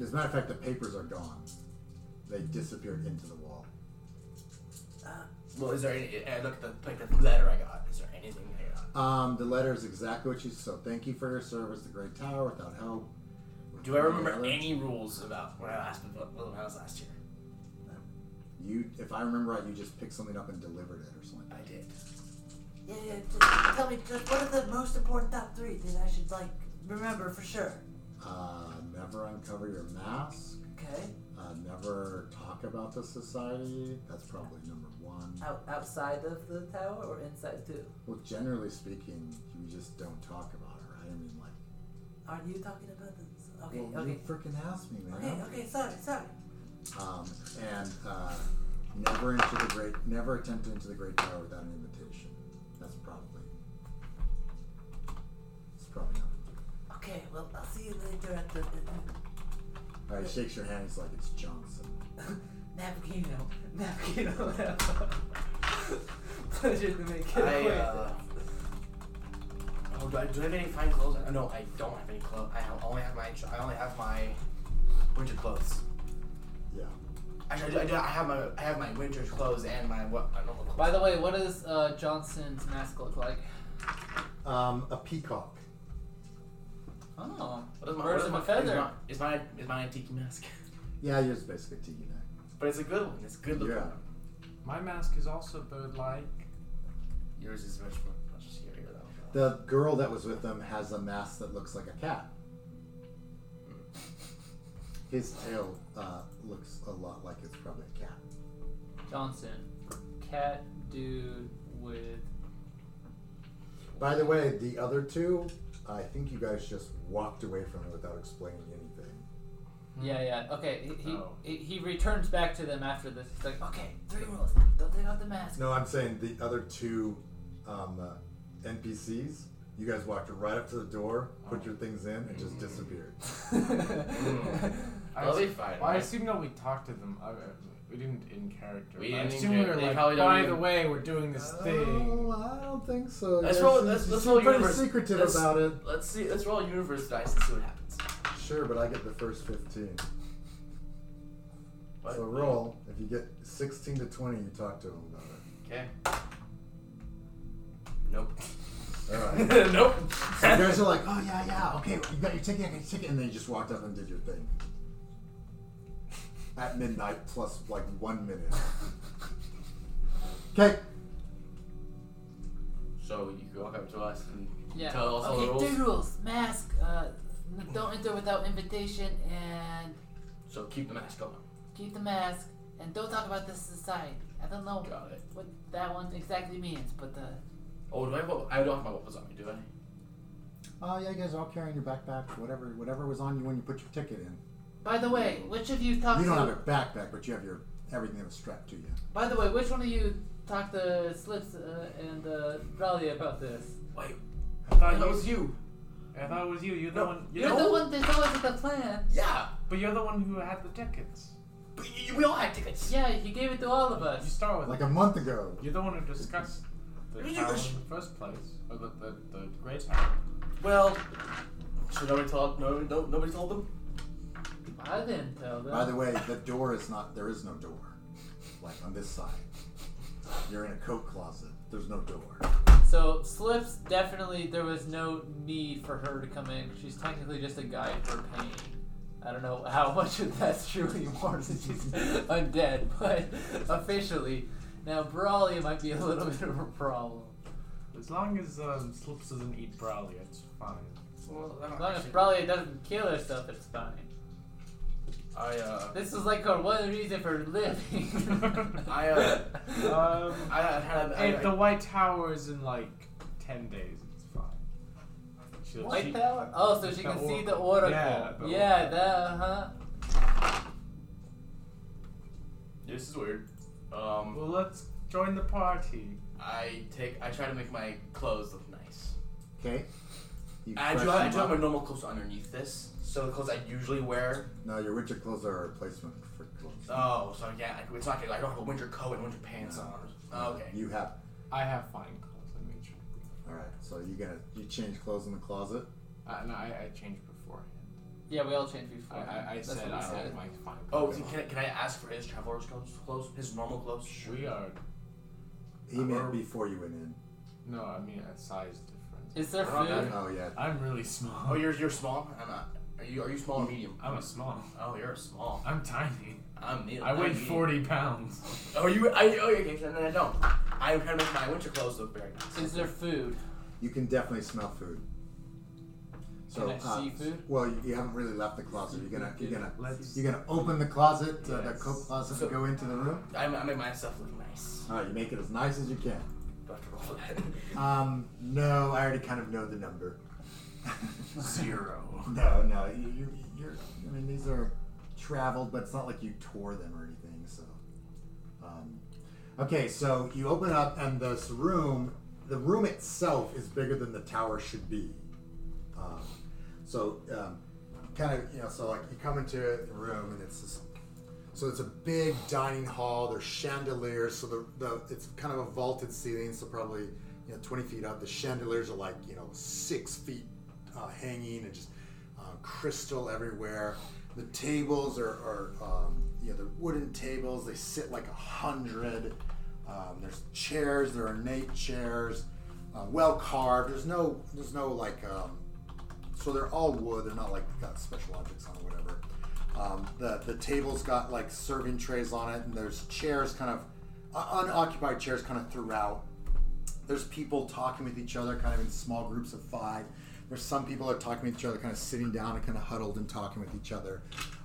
Speaker 2: As a matter of fact, the papers are gone. They disappeared into the wall.
Speaker 8: Well, is there any? I look at the like the letter I got. Is there anything I got?
Speaker 2: Um, the letter is exactly what you. So thank you for your service, the Great Tower. Without help,
Speaker 8: Do I remember any rules about when I last when I was last year?
Speaker 2: You, if I remember right, you just picked something up and delivered it or something.
Speaker 8: I did.
Speaker 4: Yeah, yeah. Just tell me, just what are the most important top three that I should like remember for sure?
Speaker 2: Uh, never uncover your mask.
Speaker 4: Okay.
Speaker 2: Uh, never talk about the society. That's probably number one.
Speaker 7: Out, outside of the tower or inside too?
Speaker 2: Well, generally speaking, you just don't talk about it, right? I mean, like,
Speaker 4: Are you talking about the? Okay,
Speaker 2: well,
Speaker 4: okay.
Speaker 2: you freaking asked me, man.
Speaker 4: Okay, okay, sorry, sorry.
Speaker 2: Um, and uh, never into the great, never attempt to enter the great tower without an invitation. That's probably. It's probably not.
Speaker 4: Okay, well, I'll see you later at the
Speaker 2: All right, he shakes your hand. He's like, it's Johnson.
Speaker 7: Napkino. Napkino. Pleasure to make it
Speaker 8: I,
Speaker 7: quick.
Speaker 8: uh, oh, do I, do I have any fine clothes? Uh, No, I don't have any clothes. I have- only have my I only have my winter clothes.
Speaker 2: Yeah.
Speaker 8: Actually, I, do, I, do, I have my I have my winter clothes and my what my normal clothes.
Speaker 6: By the way, what does uh, Johnson's mask look like?
Speaker 2: Um, a peacock.
Speaker 6: Oh,
Speaker 8: What is
Speaker 6: Birds
Speaker 8: what is
Speaker 6: of a feather.
Speaker 8: Is my, is my is my antique mask?
Speaker 2: Yeah, yours basically a tiki neck.
Speaker 8: But it's a good one. It's a good looking.
Speaker 2: Yeah.
Speaker 8: one.
Speaker 5: My mask is also bird-like.
Speaker 4: Yours is much more much scarier though.
Speaker 2: The girl that was with them has a mask that looks like a cat. His tail uh, looks a lot like it's probably a cat.
Speaker 7: Johnson, cat dude with
Speaker 2: By the way, the other two, I think you guys just walked away from it without explaining anything.
Speaker 7: Yeah, yeah. Okay, he, he,
Speaker 5: Oh.
Speaker 7: he he returns back to them after this. He's like, okay, three rules. Don't take off the mask.
Speaker 2: No, I'm saying the other two um, uh, NPCs. You guys walked right up to the door, put your things in, and just disappeared.
Speaker 5: I
Speaker 4: Well, they
Speaker 5: assu-
Speaker 4: fight,
Speaker 5: Well, I
Speaker 4: right?
Speaker 5: assume that we talked to them. I, I- we didn't in character.
Speaker 4: We
Speaker 5: but
Speaker 4: didn't
Speaker 5: I
Speaker 4: in
Speaker 5: assume we
Speaker 4: char-
Speaker 5: were
Speaker 4: they
Speaker 5: like,
Speaker 4: probably don't
Speaker 5: by
Speaker 4: even-
Speaker 5: the way, we're doing this thing.
Speaker 2: Oh, I don't think so.
Speaker 4: Let's
Speaker 2: You
Speaker 4: roll-
Speaker 2: seem-
Speaker 4: let's-
Speaker 2: you
Speaker 4: let's
Speaker 2: seem
Speaker 4: roll
Speaker 2: pretty
Speaker 4: universe.
Speaker 2: secretive
Speaker 4: Let's-
Speaker 2: about it.
Speaker 4: Let's see. Let's roll universe dice and see what happens.
Speaker 2: Sure, but I get the first 15.
Speaker 4: What?
Speaker 2: So roll. If you get 16 to 20, you talk to him about it.
Speaker 4: Okay. Nope.
Speaker 2: All right.
Speaker 4: nope.
Speaker 2: so you guys are like, oh, yeah, yeah, okay, you got your ticket, I got your ticket. And then you just walked up and did your thing. At midnight, plus like one minute. Okay.
Speaker 4: So you can walk up to us and
Speaker 7: Yeah.
Speaker 4: tell us all the
Speaker 7: okay,
Speaker 4: rules.
Speaker 7: three rules. Mask. Uh, n- don't enter without invitation, and
Speaker 4: So keep the mask on.
Speaker 7: keep the mask, and don't talk about this society. I don't know
Speaker 4: Got it.
Speaker 7: what that one exactly means, but uh,
Speaker 4: Oh, do I have? What, I don't have my weapons on me, do I?
Speaker 2: Oh, yeah, you guys are all carrying your backpack, whatever whatever was on you when you put your ticket in.
Speaker 7: by the way, which of you talked
Speaker 2: You don't
Speaker 7: to?
Speaker 2: have your backpack, but you have your everything that was strapped to you.
Speaker 7: By the way, which one of you talked to Slips uh, and uh, Raleigh about this?
Speaker 4: Wait.
Speaker 5: I thought,
Speaker 4: That
Speaker 5: you,
Speaker 4: was you.
Speaker 5: I thought it was you. You're the
Speaker 4: No,
Speaker 5: one.
Speaker 4: you
Speaker 5: You're
Speaker 7: You're
Speaker 4: know-
Speaker 7: the one that's always the plan.
Speaker 4: Yeah.
Speaker 5: but you're the one who had the tickets.
Speaker 4: But you, we all had tickets.
Speaker 7: Yeah, he gave it to all of
Speaker 5: You
Speaker 7: us.
Speaker 5: start with
Speaker 2: Like a month ago.
Speaker 5: You're the one who discussed the
Speaker 4: You- you-
Speaker 5: tower in the first place, or the the, the gray tower.
Speaker 4: Well. Should nobody tell? No, no, nobody told them.
Speaker 7: I didn't tell them.
Speaker 2: By the way, the door is not. There is no door. Like on this side, you're in a coat closet. There's no door.
Speaker 7: So slips definitely there was no need for her to come in. She's technically just a guide for pain. I don't know how much of that's true anymore since she's undead, but officially now Brawley might be a little bit of a problem.
Speaker 5: As long as um, Slips doesn't eat Brawley, it's fine.
Speaker 4: Well, I
Speaker 7: As
Speaker 4: don't
Speaker 7: long as
Speaker 4: actually-
Speaker 7: Brawley doesn't kill herself, it's fine.
Speaker 4: I uh.
Speaker 7: This is like her one reason for living.
Speaker 4: I, uh,
Speaker 5: Um,
Speaker 4: I had had. I,
Speaker 5: if
Speaker 4: I,
Speaker 5: the White Tower is in like ten days, it's fine. She'll-
Speaker 7: White
Speaker 5: she-
Speaker 7: power? Oh, so she
Speaker 5: The
Speaker 7: can see
Speaker 5: or-
Speaker 7: the oracle.
Speaker 5: yeah, the
Speaker 7: yeah uh-huh. that, huh?
Speaker 4: this is weird. Um.
Speaker 5: Well, let's join the party.
Speaker 4: I take. I try to make my clothes look nice.
Speaker 2: Okay. You
Speaker 4: I do,
Speaker 2: freshen
Speaker 4: I do
Speaker 2: up.
Speaker 4: have my normal clothes underneath this, so the clothes I usually wear.
Speaker 2: No, your winter clothes are a replacement for clothes.
Speaker 4: Oh, so yeah, I, it's not. I don't have a winter coat and winter pants on. Oh, okay.
Speaker 2: You have.
Speaker 5: I have fine clothes. I made sure.
Speaker 2: All right. So you gonna you change clothes in the closet.
Speaker 5: Uh, no, I, I changed beforehand.
Speaker 7: Yeah, we all changed before.
Speaker 5: I, I, I
Speaker 7: That's
Speaker 5: said
Speaker 7: what we
Speaker 5: I
Speaker 7: said.
Speaker 5: don't like fine
Speaker 4: Oh,
Speaker 5: clothes.
Speaker 4: so can, I- can I ask for his traveler's clothes? clothes his normal clothes?
Speaker 5: we are.
Speaker 2: He meant before you went in.
Speaker 5: No, I mean a size difference.
Speaker 7: Is there
Speaker 4: We're not
Speaker 7: food?
Speaker 4: that-
Speaker 2: Oh yeah.
Speaker 5: I'm really small.
Speaker 4: Oh, you're you're small. I'm not. Are you are you small or medium?
Speaker 5: I'm a small.
Speaker 4: Oh, you're a small.
Speaker 5: I'm tiny.
Speaker 4: I'm medium.
Speaker 5: I
Speaker 4: I'm
Speaker 5: weigh
Speaker 4: medium.
Speaker 5: 40 pounds.
Speaker 4: Oh, you. I. Oh, okay. So then I don't. I'm trying to make my winter clothes look very nice.
Speaker 7: Is there food?
Speaker 2: You can definitely smell food. So
Speaker 7: Can I
Speaker 2: uh,
Speaker 7: see food?
Speaker 2: well, you, you haven't really left the closet. You're gonna you're gonna
Speaker 5: Let's.
Speaker 2: you're gonna open the closet, uh, the
Speaker 5: Yes.
Speaker 2: coat closet,
Speaker 4: So-
Speaker 2: and go into the room.
Speaker 4: I, I make myself look nice.
Speaker 2: All right. You make it as nice as you can.
Speaker 4: Do I have to roll that?
Speaker 2: Um, no, I already kind of know the number.
Speaker 4: Zero.
Speaker 2: No, no, you, you, you're. I mean, these are traveled, but it's not like you tore them or anything. So, um, okay, so you open up, and this room, the room itself is bigger than the tower should be. Um, so, um, kind of, you know, so like you come into the room, and it's this. So it's a big dining hall. There's chandeliers, so the, the it's kind of a vaulted ceiling, so probably you know 20 feet up. The chandeliers are like you know six feet uh, hanging and just uh, crystal everywhere. The tables are, are um, you know, they're wooden tables. They sit like a hundred. Um, there's chairs. There are ornate chairs, uh, well carved. There's no, there's no like, um, so they're all wood. They're not like got special objects on or whatever. Um, the the table's got like serving trays on it, and there's chairs kind of uh, unoccupied chairs kind of throughout there's people talking with each other, kind of in small groups of five. There's some people that are talking with each other, kind of sitting down and kind of huddled and talking with each other.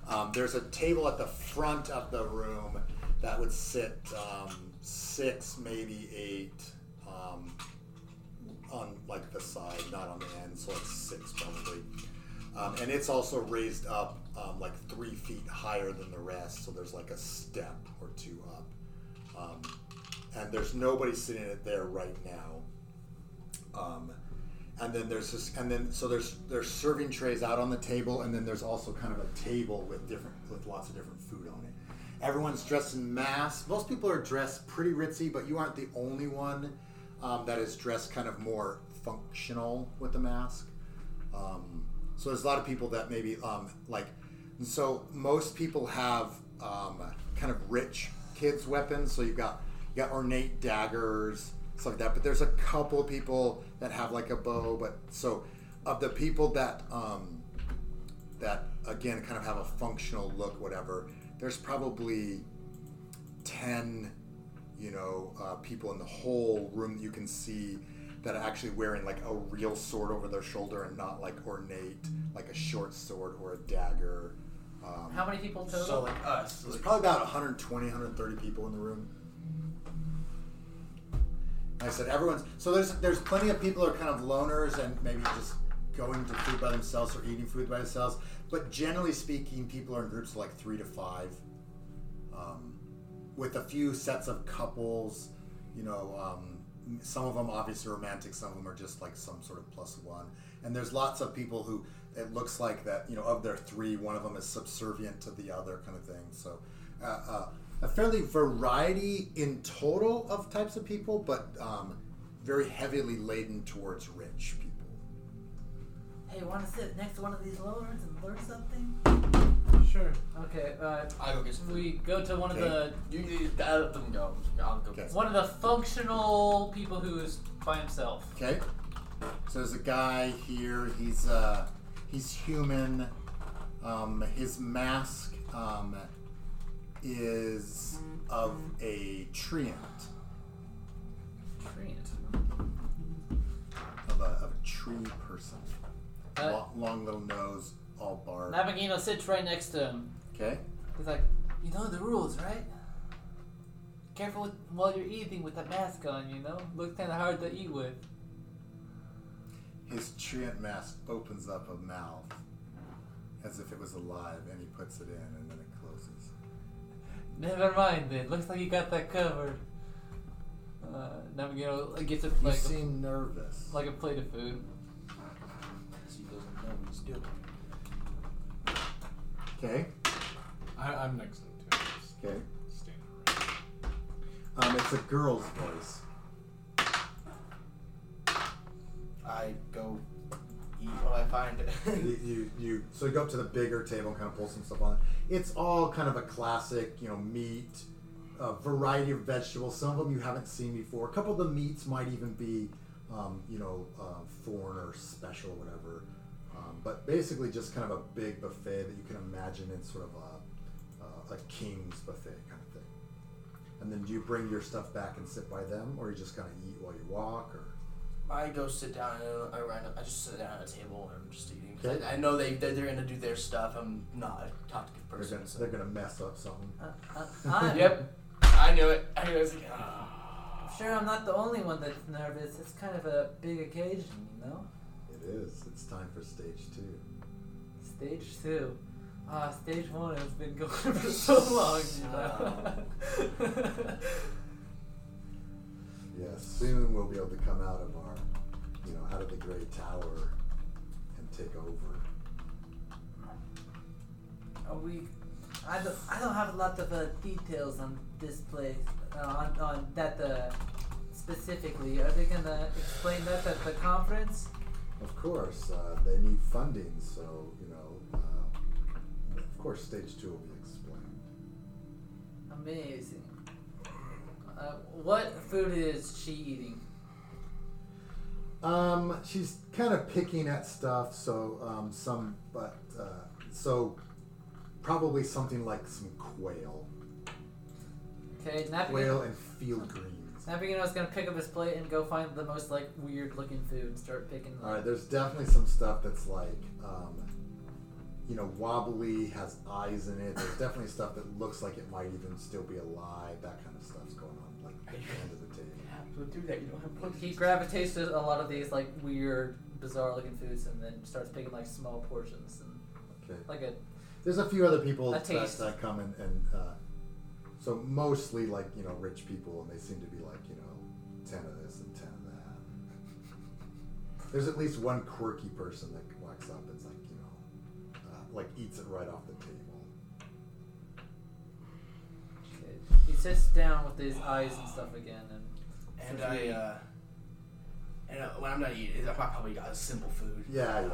Speaker 2: Um, there's a table at the front of the room that would sit um, six, maybe eight, um, on like the side, not on the end, so like six probably. Um, and it's also raised up um, like three feet higher than the rest, so there's like a step or two up. Um, and there's nobody sitting at there right now. Um, and then there's this, and then so there's there's serving trays out on the table, and then there's also kind of a table with different with lots of different food on it. Everyone's dressed in masks. Most people are dressed pretty ritzy, but you aren't the only one um, that is dressed kind of more functional with the mask. Um, so there's a lot of people that maybe um, like, and so most people have um, kind of rich kids' weapons. So you've got you got ornate daggers, stuff like that. But there's a couple people that have like a bow. But so of the people that um, that again kind of have a functional look, whatever. There's probably ten, you know, uh, people in the whole room that you can see that are actually wearing like a real sword over their shoulder and not like ornate, like a short sword or a dagger. Um,
Speaker 7: How many people total?
Speaker 4: So like us.
Speaker 2: there's
Speaker 4: like-
Speaker 2: probably about 120, 130 people in the room. Like I said everyone's so there's there's plenty of people who are kind of loners and maybe just going to food by themselves or eating food by themselves. But generally speaking, people are in groups of like three to five, um, with a few sets of couples. You know, um, some of them obviously romantic, some of them are just like some sort of plus one. And there's lots of people who it looks like that you know of their three, one of them is subservient to the other kind of thing. So. Uh, uh, a fairly variety in total of types of people, but um, very heavily laden towards rich people.
Speaker 7: Hey, want to sit next to one of these lords and learn something?
Speaker 5: Sure.
Speaker 7: Okay, uh,
Speaker 8: I go get some food.
Speaker 6: We go to one of the
Speaker 8: You need to let them go. I'll go
Speaker 2: Okay.
Speaker 8: get
Speaker 6: one of the functional people who is by himself.
Speaker 2: Okay. So there's a guy here. He's uh, he's human. Um, his mask um, is of a treant,
Speaker 6: Treant.
Speaker 2: of a, of a tree person.
Speaker 6: Uh,
Speaker 2: long, long little nose, all barred.
Speaker 6: Navigino sits right next to him.
Speaker 2: Okay.
Speaker 6: He's like, you know the rules, right? Careful with, while you're eating with that mask on. You know, looks kind of hard to eat with.
Speaker 2: His treant mask opens up a mouth as if it was alive, and he puts it in, and then it closes.
Speaker 6: Never mind then. Looks like you got that covered. Uh, Navigino gets a,
Speaker 2: You
Speaker 6: like, a,
Speaker 2: seem nervous.
Speaker 6: like a plate of food.
Speaker 8: He doesn't know what he's doing.
Speaker 2: okay,
Speaker 3: I, I'm next to him, too. Just
Speaker 2: okay.
Speaker 3: standing around.
Speaker 2: Um, it's a girl's voice.
Speaker 4: I go eat what I find.
Speaker 2: You, you, you- so you go up to the bigger table and kind of pull some stuff on it. It's all kind of a classic, you know, meat, a variety of vegetables. Some of them you haven't seen before. A couple of the meats might even be, um, you know, uh, foreign or special, or whatever. Um, but basically, just kind of a big buffet that you can imagine in sort of a, uh, a king's buffet kind of thing. And then do you bring your stuff back and sit by them, or you just kind of eat while you walk, or
Speaker 4: I go sit down and I, run, I just sit down at a table and I'm just eating. 'Cause
Speaker 2: Okay.
Speaker 4: I, I know they they're, they're gonna do their stuff. I'm not a talkative
Speaker 2: they're
Speaker 4: person.
Speaker 2: gonna,
Speaker 4: so.
Speaker 2: they're gonna mess up something.
Speaker 7: uh, uh, I'm
Speaker 6: Yep.
Speaker 4: I knew it. I knew it. I was like, "Ah."
Speaker 7: sure I'm not the only one that's nervous. It's kind of a big occasion, you know?
Speaker 2: It is. It's time for stage two.
Speaker 7: Stage two. Ah, stage one has been going for so long, you know?
Speaker 2: Yes, soon we'll be able to come out of our, you know, out of the great tower and take over.
Speaker 7: Are we? I don't, I don't have a lot of uh, details on this place, uh, on, on that uh, specifically. Are they gonna explain that at the conference?
Speaker 2: Of course, uh, they need funding, so, you know, uh, of course, stage two will be explained.
Speaker 7: Amazing. Uh, what food is she eating?
Speaker 2: Um, she's kind of picking at stuff, so um, some, but, uh, so probably something like some quail.
Speaker 7: Okay, Navigator.
Speaker 2: Quail and field greens.
Speaker 7: Navigano's gonna pick up his plate and go find the most like weird looking food and start picking.
Speaker 2: All right,
Speaker 7: Like,
Speaker 2: there's definitely some stuff that's like, um, you know, wobbly, has eyes in it. There's definitely stuff that looks like it might even still be alive. That kind of stuff's going on, like at the end of the table.
Speaker 8: So do that. You don't have one.
Speaker 7: he gravitates to a lot of these like weird, bizarre looking foods and then starts picking like small portions and
Speaker 2: Okay.
Speaker 7: like a
Speaker 2: There's a few other people
Speaker 7: A
Speaker 2: that,
Speaker 7: taste.
Speaker 2: that come and, and uh, so mostly like you know rich people, and they seem to be like you know ten of this and ten of that. There's at least one quirky person that walks up and's like you know uh, like eats it right off the table.
Speaker 7: He sits down with his eyes and stuff again, and
Speaker 4: And
Speaker 7: So
Speaker 4: I,
Speaker 7: we-
Speaker 4: uh, and uh, when I'm not eating, I probably got simple food.
Speaker 2: Yeah, yeah,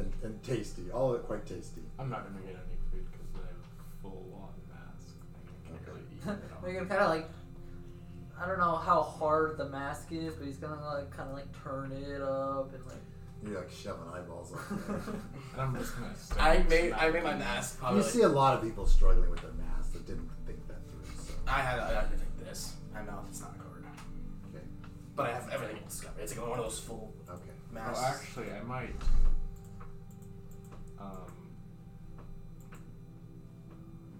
Speaker 2: and, and tasty. All of it quite tasty.
Speaker 5: I'm not gonna get any food because I have a full-on mask. I can't really eat at all.
Speaker 7: we're gonna kind of like, I don't know how hard the mask is, but he's gonna like kind of like turn it up and like.
Speaker 2: You're like shoving eyeballs up there.
Speaker 5: And I'm just gonna. stay
Speaker 4: I
Speaker 5: and
Speaker 4: made,
Speaker 5: smack
Speaker 4: I made my
Speaker 5: it.
Speaker 4: mask
Speaker 2: you
Speaker 4: probably. like-
Speaker 2: see a lot of people struggling with their masks that didn't think that through. So
Speaker 4: I had, I had like this. My mouth is not covered,
Speaker 2: okay,
Speaker 4: but I have everything else covered. It's like one of those full
Speaker 2: okay.
Speaker 4: masks.
Speaker 5: Oh, actually, I might. Um.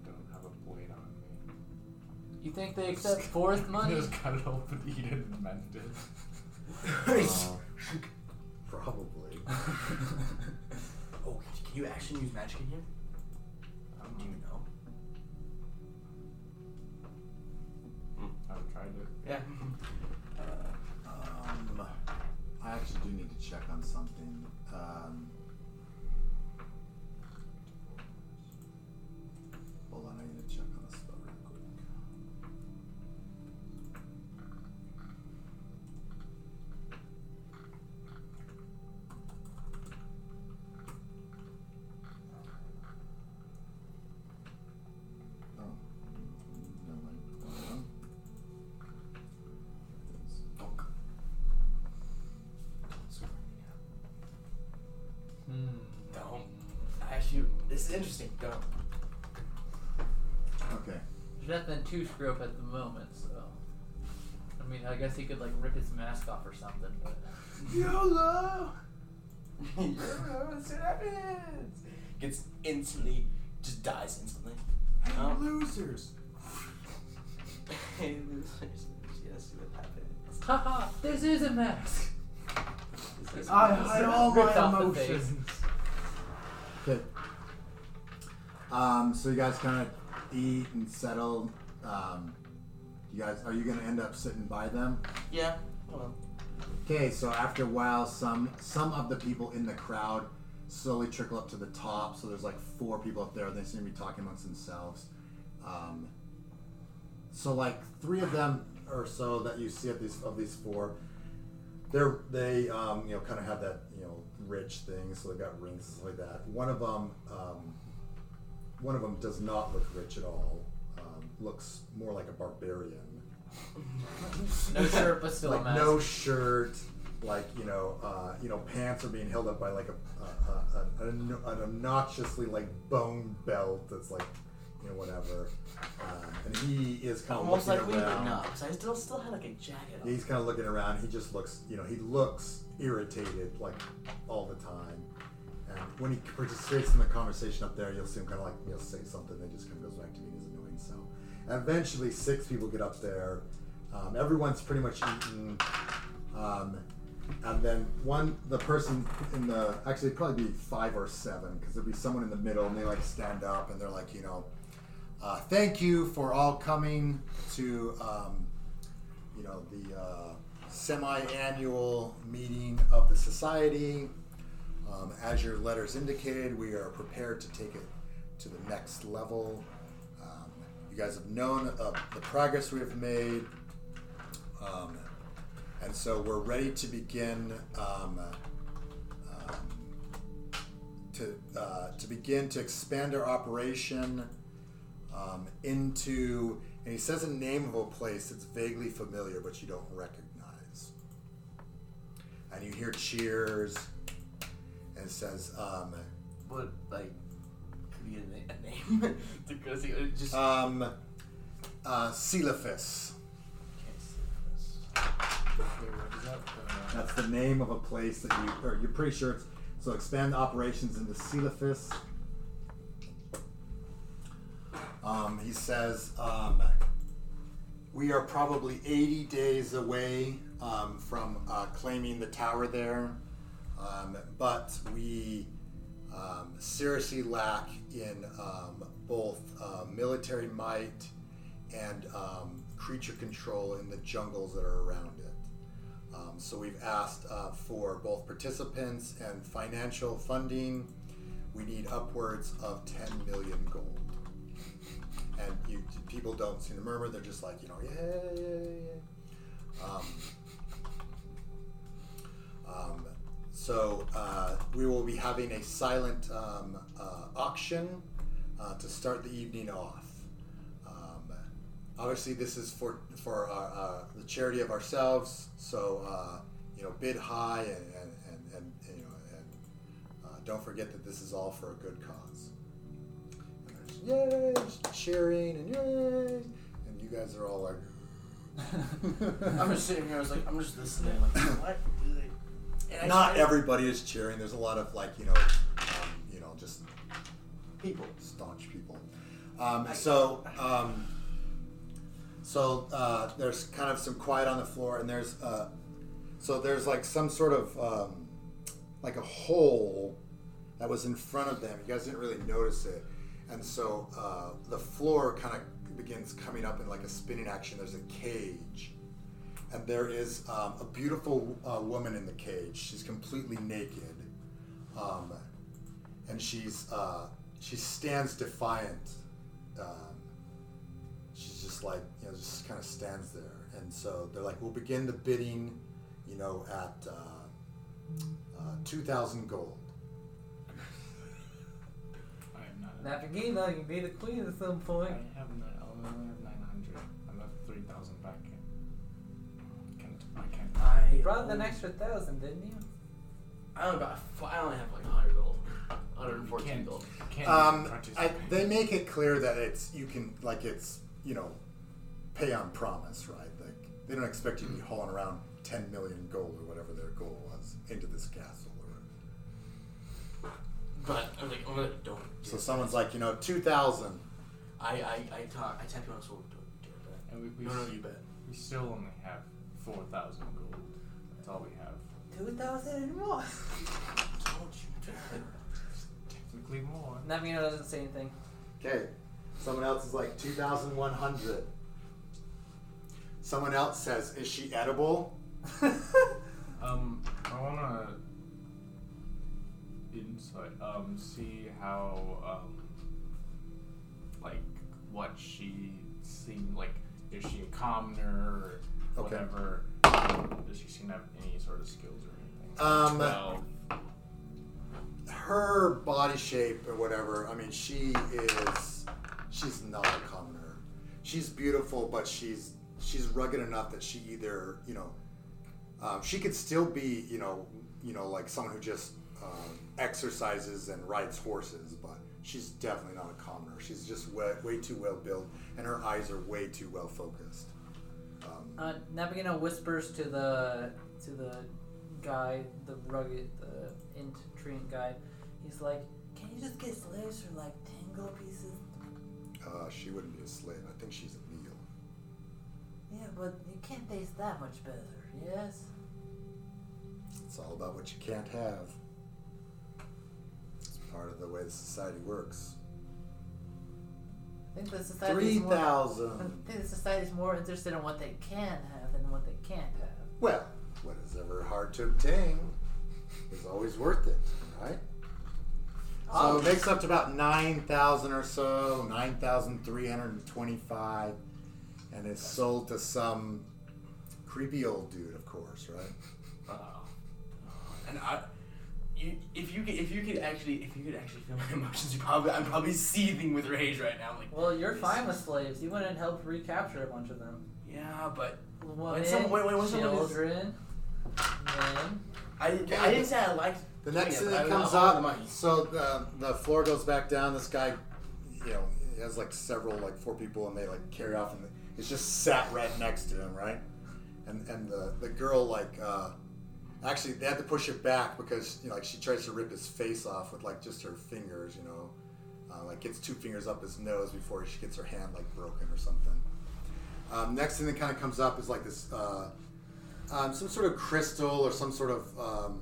Speaker 5: Don't have a blade on me.
Speaker 6: You think they accept forced money?
Speaker 5: Just cut it open, eat it, and mend it.
Speaker 2: Uh, probably.
Speaker 4: oh, can you actually use magic in here?
Speaker 5: Um,
Speaker 4: Do you know?
Speaker 5: I've tried it.
Speaker 4: Yeah.
Speaker 2: Um, I actually do need to check on something. Um, hold on, I need to check on this spell real quick. Oh, never mind. Hold on.
Speaker 4: Don't. Actually, this is interesting. Don't.
Speaker 2: Okay.
Speaker 6: There's nothing to screw up at the moment, so. I mean, I guess he could like rip his mask off or something, but
Speaker 4: YOLO! YOLO, see what happens! Gets instantly, just dies instantly.
Speaker 3: Hey,
Speaker 4: Oh.
Speaker 3: losers.
Speaker 4: Hey, losers, yes, see what happens.
Speaker 6: haha, this is a mask.
Speaker 4: This is-
Speaker 5: I
Speaker 6: hide
Speaker 5: hide
Speaker 6: all
Speaker 5: all
Speaker 6: Ripped my
Speaker 5: my
Speaker 6: off the face.
Speaker 5: emotions.
Speaker 2: Okay. Um, so you guys kind of eat and settle. Um, you guys, are you going to end up sitting by them?
Speaker 4: Yeah, well,
Speaker 2: Okay, so after a while, some some of the people in the crowd slowly trickle up to the top. So there's like four people up there. They seem to be talking amongst themselves. Um, so like three of them or so that you see of these of these four, they're they um, you know kind of have that you know rich thing. So they've got rings and stuff like that. One of them um, one of them does not look rich at all. Um, looks more like a barbarian
Speaker 6: No shirt, but still a
Speaker 2: like
Speaker 6: mask.
Speaker 2: no shirt, like you know, uh, you know, pants are being held up by like a, a, a, a an obnoxiously like bone belt that's like, you know, whatever. Um, and he is kind of
Speaker 4: almost like
Speaker 2: looking
Speaker 4: we did
Speaker 2: around.
Speaker 4: not, because I still, still had like a jacket on.
Speaker 2: He's kind of looking around. He just looks, you know, he looks irritated like all the time. And when he participates in the conversation up there, you'll see him kind of like he'll say something, then just kind of goes back to being his annoying self. And eventually, six people get up there. Um, everyone's pretty much eaten. Um, and then one, the person in the actually it'd probably be five or seven because there'd be someone in the middle, and they like stand up and they're like, you know, uh, thank you for all coming to um, you know, the uh, semi-annual meeting of the society. Um, as your letters indicated, we are prepared to take it to the next level. Um, you guys have known of the progress we have made, um, and so we're ready to begin um, um, to uh, to begin to expand our operation um, into, and he says a name of a place that's vaguely familiar but you don't recognize. And you hear cheers, and it says, um,
Speaker 4: But, like, could we get a, na- a name? to go see, it just.
Speaker 2: uh, um, uh, Silophus.
Speaker 4: Can't see this.
Speaker 2: That's the name of a place that you, or you're pretty sure it's. So expand operations into Celephus. Um, he says, um, we are probably 80 days away um, from uh, claiming the tower there, um, but we um, seriously lack in um, both uh, military might and um, creature control in the jungles that are around it. Um, so we've asked uh, for both participants and financial funding. We need upwards of 10 million gold. And you, people don't seem to murmur, they're just like, you know, yeah, yeah, yeah. Um, um, so uh, we will be having a silent um, uh, auction uh, to start the evening off. Um, obviously, this is for for our, uh, the charity of ourselves. So uh, you know, bid high and, and, and, and you know, and uh, don't forget that this is all for a good cause. And there's yay, just cheering and yay, and you guys are all like.
Speaker 4: I'm just sitting here. I was like, I'm just listening. Like, what? do they- And I
Speaker 2: Not
Speaker 4: started-
Speaker 2: everybody is cheering. There's a lot of like you know, um, you know, just
Speaker 4: people.
Speaker 2: staunch people. Um, so, um, so uh, there's kind of some quiet on the floor, and there's uh, so there's like some sort of um, like a hole that was in front of them. You guys didn't really notice it, and so uh, the floor kind of begins coming up in like a spinning action. There's a cage. And there is um, a beautiful uh, woman in the cage. She's completely naked. Um, and she's uh, she stands defiant. Um, she's just like you know, just kind of stands there, and so they're like, we'll begin the bidding, you know, at uh, uh, two thousand gold.
Speaker 5: I have not.
Speaker 7: And after Gima, you can be the queen at some
Speaker 5: I
Speaker 7: point.
Speaker 5: have nine. oh, I only have nine hundred. I left three thousand back. in. Can't. I can't.
Speaker 4: I
Speaker 7: You brought an
Speaker 4: only-
Speaker 7: extra thousand, didn't you?
Speaker 4: I only got. f- I only have like 100 gold.
Speaker 5: You
Speaker 4: 114
Speaker 5: can't.
Speaker 4: gold.
Speaker 5: You can't
Speaker 2: Um, I,
Speaker 5: participate.
Speaker 2: they make it clear that it's you can like it's you know pay on promise, right? Like they don't expect you to be
Speaker 5: Mm.
Speaker 2: hauling around ten million gold or whatever their goal was into this castle. Or,
Speaker 4: But I'm like, I'm gonna don't. do
Speaker 2: so
Speaker 4: it.
Speaker 2: someone's like, you know, two thousand.
Speaker 4: I I I talk. I tap you on the shoulder. Don't do it.
Speaker 5: And we, we,
Speaker 4: No, no,
Speaker 5: s-
Speaker 4: you bet.
Speaker 5: we still only have four thousand gold. That's all we have.
Speaker 7: Two thousand and more.
Speaker 4: Don't you dare.
Speaker 5: Technically more.
Speaker 7: Navigino doesn't say anything.
Speaker 2: Okay. Someone else is like 2,100. Someone else says, Is she edible?
Speaker 5: Um, I wanna insight. Um, see how um, like what she seemed like. Is she a commoner or
Speaker 2: Okay.
Speaker 5: whatever? Does she seem to have any sort of skills or anything?
Speaker 2: Um,
Speaker 5: Twelve.
Speaker 2: Her body shape or whatever, I mean, she is. She's not a commoner. She's beautiful, but she's she's rugged enough that she either, you know, um, she could still be, you know, you know, like someone who just um, exercises and rides horses, but she's definitely not a commoner. She's just way, way too well built, and her eyes are way too well focused. Um,
Speaker 7: Uh, Navigino whispers to the to the guy, the rugged, the intriguing guy. He's like, "Can you just get slaves for like ten gold pieces?"
Speaker 2: uh, she wouldn't be a slave. I think she's a meal.
Speaker 7: Yeah, but you can't taste that much better. Yes.
Speaker 2: It's all about what you can't have. It's part of the way the society works.
Speaker 7: I think the society.
Speaker 2: Three
Speaker 7: is more, I
Speaker 2: thousand.
Speaker 7: think the society is more interested in what they can have than what they can't have.
Speaker 2: Well, what is ever hard to obtain is always worth it, right? So it makes up to about nine thousand or so, nine thousand three hundred and twenty-five, and it's sold to some creepy old dude, of course, right?
Speaker 4: Uh, and I, you, if you could, if you could actually, if you could actually feel my emotions, you probably, I'm probably seething with rage right now. Like,
Speaker 7: Well, you're fine with slaves. You went and helped recapture a bunch of them.
Speaker 4: yeah, but
Speaker 7: Women,
Speaker 4: some- when- when someone is-
Speaker 7: children, men.
Speaker 4: I, I didn't say I liked.
Speaker 2: The
Speaker 4: doing
Speaker 2: next
Speaker 4: it,
Speaker 2: thing
Speaker 4: but
Speaker 2: that
Speaker 4: I-
Speaker 2: comes
Speaker 4: I wanted
Speaker 2: up,
Speaker 4: the money.
Speaker 2: so the, the floor goes back down. This guy, you know, he has like several, like four people, and they like carry off, and it's just sat right next to him, right? And and the the girl like uh, Actually, they had to push it back because you know, like she tries to rip his face off with like just her fingers. You know, uh, like gets two fingers up his nose before she gets her hand like broken or something. Um, next thing that kind of comes up is like this, uh, um, some sort of crystal or some sort of um,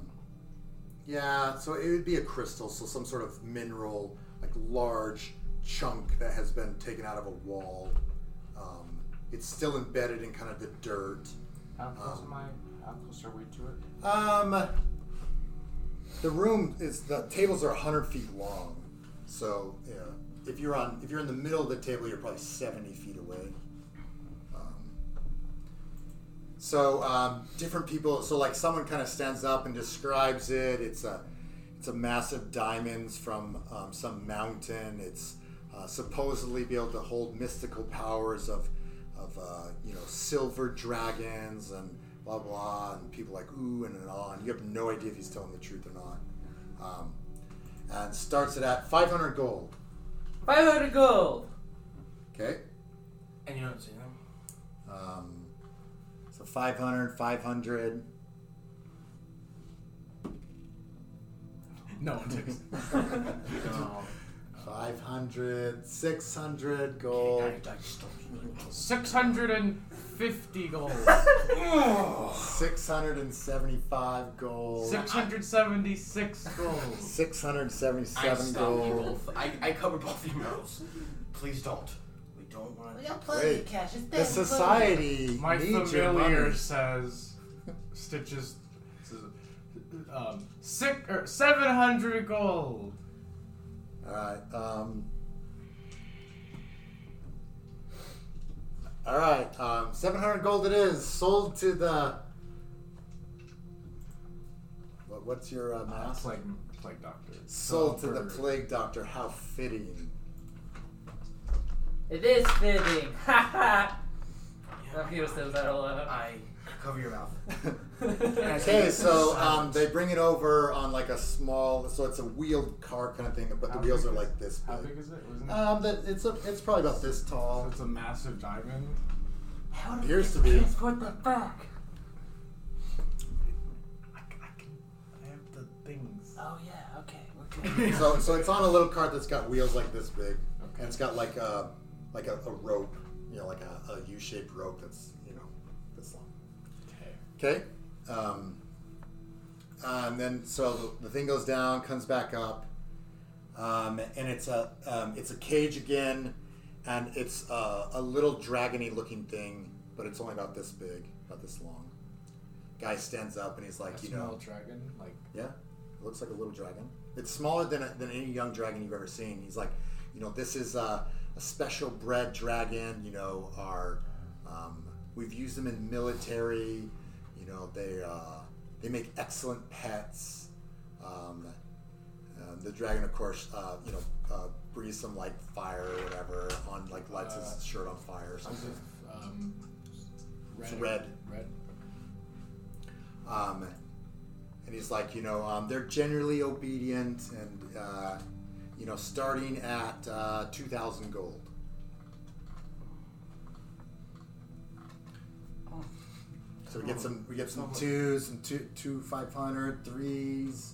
Speaker 2: yeah, so it would be a crystal, so some sort of mineral, like large chunk that has been taken out of a wall. Um, it's still embedded in kind of the dirt.
Speaker 5: How close
Speaker 2: Um,
Speaker 5: am I? How close are we to it?
Speaker 2: Um, the room is the tables are hundred feet long, so yeah, if you're on if you're in the middle of the table, you're probably seventy feet away. Um, so um, different people. So like someone kind of stands up and describes it. It's a it's a massive diamonds from um, some mountain. It's uh, supposedly be able to hold mystical powers of of uh, you know silver dragons and blah blah. And people like ooh and, and on. You have no idea if he's telling the truth or not. Um, and starts it at 500 gold.
Speaker 7: 500 gold!
Speaker 2: Okay.
Speaker 8: And you don't see them.
Speaker 2: Um, so 500, 500.
Speaker 3: No one takes. it.
Speaker 2: 500, 600 gold,
Speaker 8: I, I just don't really want to see
Speaker 5: 650 gold.
Speaker 2: 675 gold,
Speaker 5: 676 gold.
Speaker 2: 677 gold.
Speaker 8: them. I, I covered both the murals. Please don't. We don't want to.
Speaker 7: got
Speaker 2: plenty of Wait,
Speaker 7: cash. It's
Speaker 2: The society
Speaker 5: My
Speaker 2: needs your
Speaker 5: familiar
Speaker 2: money.
Speaker 5: says Stitches um, six or 700 gold.
Speaker 2: Alright, um. Alright, um, 700 gold it is, sold to the. What, what's your uh,
Speaker 3: Uh,
Speaker 2: mask?
Speaker 3: plague, plague doctor.
Speaker 2: Sold to the
Speaker 3: Silver.
Speaker 2: plague doctor. How fitting.
Speaker 7: It is fitting. Ha ha! Akio says that all out.
Speaker 8: I cover your mouth.
Speaker 7: Oh,
Speaker 2: Okay, so um, they bring it over on like a small, so it's a wheeled car kind of thing, but the
Speaker 5: How
Speaker 2: wheels
Speaker 5: big
Speaker 2: are
Speaker 5: is-
Speaker 2: like this
Speaker 5: How
Speaker 2: big.
Speaker 5: big is it? Wasn't it?
Speaker 2: Um, that it's a, it's probably about this
Speaker 5: So
Speaker 2: tall.
Speaker 5: it's a massive diamond.
Speaker 7: How do
Speaker 2: Appears
Speaker 7: we
Speaker 2: to be.
Speaker 7: transport that back?
Speaker 5: I, c- I can. I have the things.
Speaker 7: Oh yeah, okay, we're good.
Speaker 2: So so it's on a little cart that's got wheels like this big,
Speaker 5: Okay.
Speaker 2: and it's got like a like a, a rope, you know, like a, a U-shaped rope that's you know this long.
Speaker 5: Okay.
Speaker 2: Okay. Um, and then so the, the thing goes down, comes back up, um, and it's a um, it's a cage again, and it's a, a little dragony looking thing, but it's only about this big, about this long. Guy stands up and he's like,
Speaker 5: Like,
Speaker 2: you know,
Speaker 5: dragon. Like,
Speaker 2: yeah, it looks like a little dragon. It's smaller than, than any young dragon you've ever seen. He's like, you know, this is a, a special bred dragon. You know, our um, we've used them in military. You know, they uh, they make excellent pets. Um, uh, the dragon, of course, uh, you know, uh, breathes some like fire or whatever on like lights
Speaker 5: Uh,
Speaker 2: his shirt on fire or
Speaker 5: is
Speaker 2: something.
Speaker 5: it um,
Speaker 2: It's
Speaker 5: red?
Speaker 2: red.
Speaker 5: Red.
Speaker 2: Um, and he's like, you know, um, they're generally obedient, and uh, you know, starting at uh, two thousand gold. So we get some, we get some twos, some two, two five hundred, threes,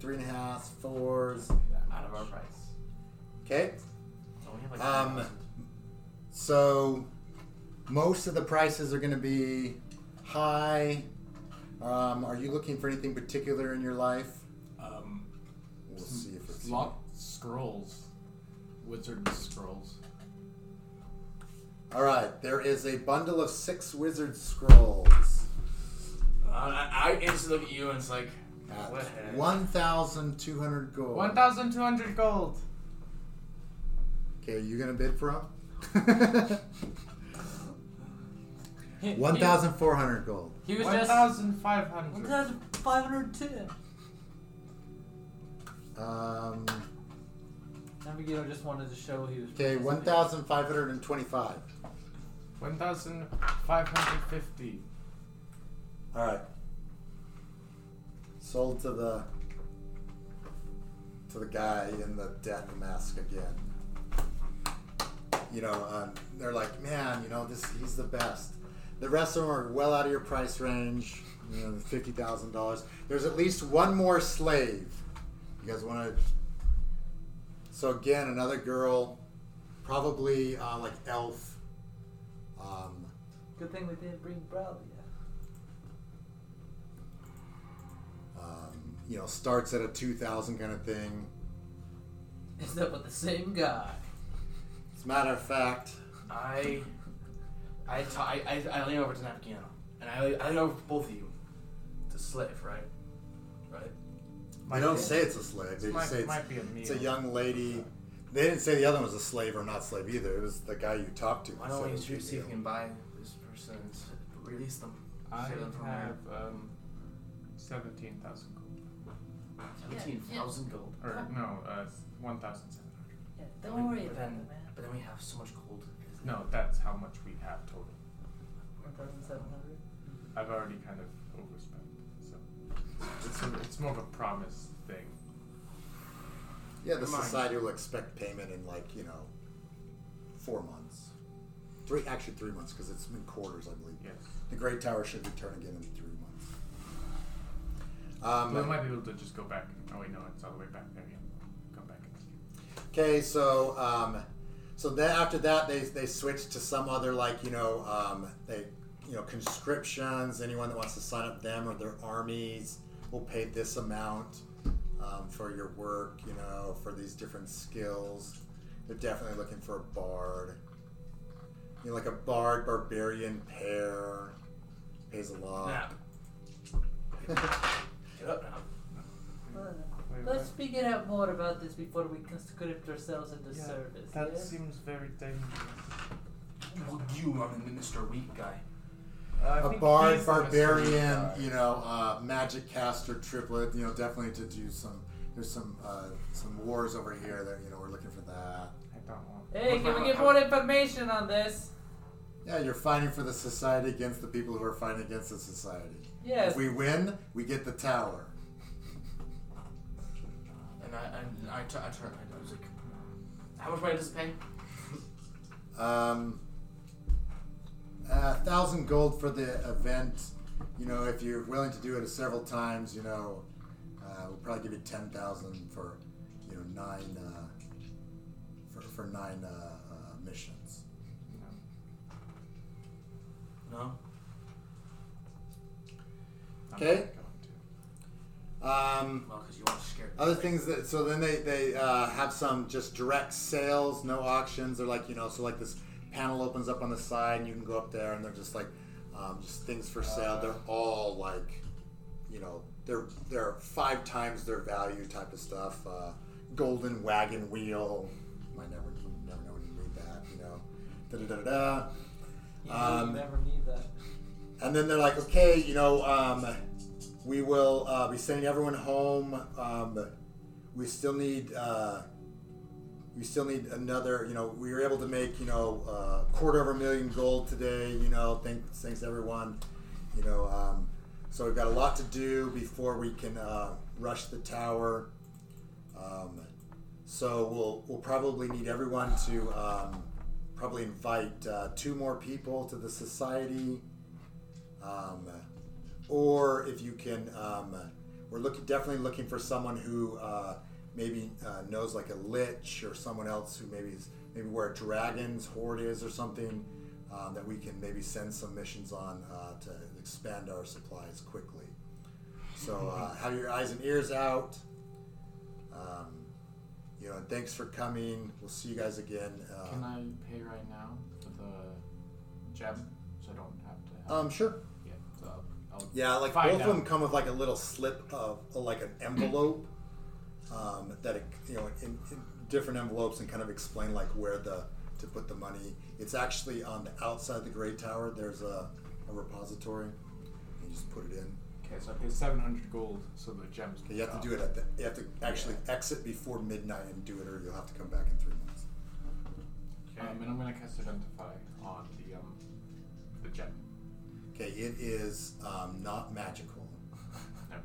Speaker 2: three and a half, fours.
Speaker 4: Out of our price.
Speaker 2: Okay.
Speaker 8: Oh, we have like
Speaker 2: Um, so most of the prices are going to be high. Um, are you looking for anything particular in your life?
Speaker 5: Um,
Speaker 2: We'll see if it's
Speaker 5: locked scrolls. Wizard scrolls.
Speaker 2: All right. There is a bundle of six wizard scrolls
Speaker 4: I, I instantly look at you and it's like,
Speaker 2: at
Speaker 4: What heck?
Speaker 2: one thousand two hundred gold.
Speaker 5: 1,200 gold.
Speaker 2: Okay, you gonna bid for them? one thousand four hundred gold.
Speaker 6: He was just.
Speaker 5: 1,500.
Speaker 7: 1,510.
Speaker 2: Um,
Speaker 6: Navigator just wanted to show he was.
Speaker 2: okay, one thousand five hundred and twenty-five.
Speaker 5: 1,550.
Speaker 2: All right. Sold to the to the guy in the death mask again. You know, um, they're like, man, you know, this he's the best. The rest of them are well out of your price range. you know, fifty thousand dollars. There's at least one more slave. You guys want to? So again, another girl, probably uh, like elf. Um,
Speaker 7: Good thing we didn't bring Brawley.
Speaker 2: um, you know, starts at a two thousand kind of thing.
Speaker 7: Is that with the same guy?
Speaker 2: As a matter of fact,
Speaker 4: I, I, ta- I, I, I lean over to Napkiano, and I, I lean over to both of you. It's a slave, right? Right.
Speaker 2: they don't say it's a slave. They
Speaker 5: might,
Speaker 2: just say it's,
Speaker 5: might be a
Speaker 2: it's a
Speaker 5: meal.
Speaker 2: young lady. They didn't say the other one was a slave or not slave either. It was the guy you talked to.
Speaker 4: Why
Speaker 2: that
Speaker 4: don't
Speaker 2: said
Speaker 4: we
Speaker 2: it was a
Speaker 4: see see if
Speaker 2: deal.
Speaker 4: we can buy this person and s- release them?
Speaker 5: I
Speaker 4: Save them from
Speaker 5: have um, seventeen thousand gold,
Speaker 4: Seventeen thousand gold.
Speaker 5: or no, uh, one thousand seven hundred.
Speaker 7: Yeah,
Speaker 4: don't worry about it, But then we have so much gold. isn't
Speaker 5: No, that's how much we have total.
Speaker 7: One thousand seven hundred.
Speaker 5: I've already kind of overspent, so it's a, it's more of a promise thing.
Speaker 2: Yeah, the
Speaker 4: Come on.
Speaker 2: society will expect payment in like you know, four months, three actually three months because it's in quarters, I believe.
Speaker 5: Yes,
Speaker 2: The Great Tower should return again in three months.
Speaker 5: so we
Speaker 2: Um,
Speaker 5: might be able to just go back. Oh wait, no, it's all the way back there. Yeah, come back. And
Speaker 2: okay, so um, so then after that they they switch to some other like you know um, they you know conscriptions. Anyone that wants to sign up them or their armies will pay this amount um, for your work. You know for these different skills. They're definitely looking for a bard. You know, like a bard barbarian pair pays a lot.
Speaker 4: Nap. Get up now.
Speaker 5: wait,
Speaker 7: Let's figure out more about this before we conscript ourselves into
Speaker 5: Yeah,
Speaker 7: service.
Speaker 5: That
Speaker 7: yes?
Speaker 5: seems very dangerous.
Speaker 4: Well, you are the Mr. Weak guy.
Speaker 5: Uh,
Speaker 2: a bard, barbarian, you know, uh, magic caster triplet. You know, definitely to do some. There's some uh, some wars over here that you know we're looking for that.
Speaker 5: I don't want.
Speaker 7: Hey,
Speaker 4: What
Speaker 7: can we
Speaker 4: about-
Speaker 7: get more information on this?
Speaker 2: Yeah, you're fighting for the society against the people who are fighting against the society.
Speaker 7: Yes.
Speaker 2: If we win, we get the tower.
Speaker 4: And I, and I, tu- I turned. I was like, how much money does it pay?
Speaker 2: Um, a thousand gold for the event. You know, if you're willing to do it several times, you know, uh, we'll probably give you ten thousand for, you know, nine uh, for for nine uh, uh, missions.
Speaker 4: No.
Speaker 2: Okay. Um,
Speaker 4: Well, because you want to scare.
Speaker 2: other things that so then they they uh, have some just direct sales, no auctions. They're like you know so like this panel opens up on the side and you can go up there and they're just like um, just things for sale. they're all like you know they're they're five times their value type of stuff. Uh, golden wagon wheel. Might never you never know when you read that. You know da da da da. da.
Speaker 7: Yeah,
Speaker 2: Um,
Speaker 7: you never need that.
Speaker 2: And then they're like, okay, you know, um, we will uh, be sending everyone home. Um, we still need, uh, we still need another. You know, we were able to make, you know, uh, quarter of a million gold today. You know, thanks, thanks everyone. You know, um, so we've got a lot to do before we can uh, rush the tower. Um, so we'll we'll probably need everyone to um, probably invite uh, two more people to the society. Um, or if you can, um, we're looking definitely looking for someone who uh, maybe uh, knows like a lich or someone else who maybe is maybe where a dragon's horde is or something um, that we can maybe send some missions on uh, to expand our supplies quickly. So uh, have your eyes and ears out. Um, you know, and thanks for coming. We'll see you guys again. Uh,
Speaker 5: Can I pay right now for the gem, so I don't have to? Have
Speaker 2: Um, sure.
Speaker 5: Yeah, so I'll, I'll
Speaker 2: Yeah, like
Speaker 5: Find
Speaker 2: both
Speaker 5: out.
Speaker 2: of them come with like a little slip of like an envelope um, that it, you know in, in different envelopes and kind of explain like where the to put the money. It's actually on the outside of the Great Tower. There's a, a repository. You just put it in.
Speaker 5: Okay, so I paid 700 gold so the gems can
Speaker 2: You have to do it at the. You have to actually exit before midnight and do it, or you'll have to come back in three months.
Speaker 5: Um, and I'm going to cast Identify on the um, the gem.
Speaker 2: Okay, it is um, not magical.
Speaker 5: Okay.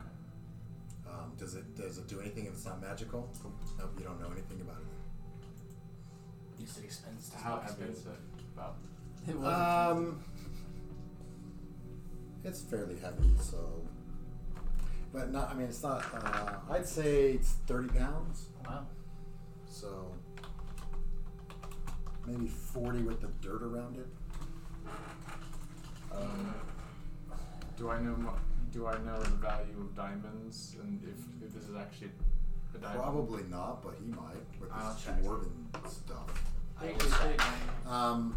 Speaker 2: Um, does it does it do anything if it's not magical? Nope, you don't know anything about it.
Speaker 4: You said expense.
Speaker 5: How heavy is it? About
Speaker 7: It wasn't
Speaker 2: Um, It's fairly heavy, so. But not. I mean, it's not. Uh, I'd say it's thirty pounds.
Speaker 7: Wow.
Speaker 2: So maybe forty with the dirt around it.
Speaker 9: Um, do I know? mo- Do I know the value of diamonds and if, if this is actually a diamond?
Speaker 2: Probably not, but he might with
Speaker 9: I'll
Speaker 2: his
Speaker 9: check.
Speaker 2: dwarven stuff.
Speaker 7: Take your pick.
Speaker 2: Um,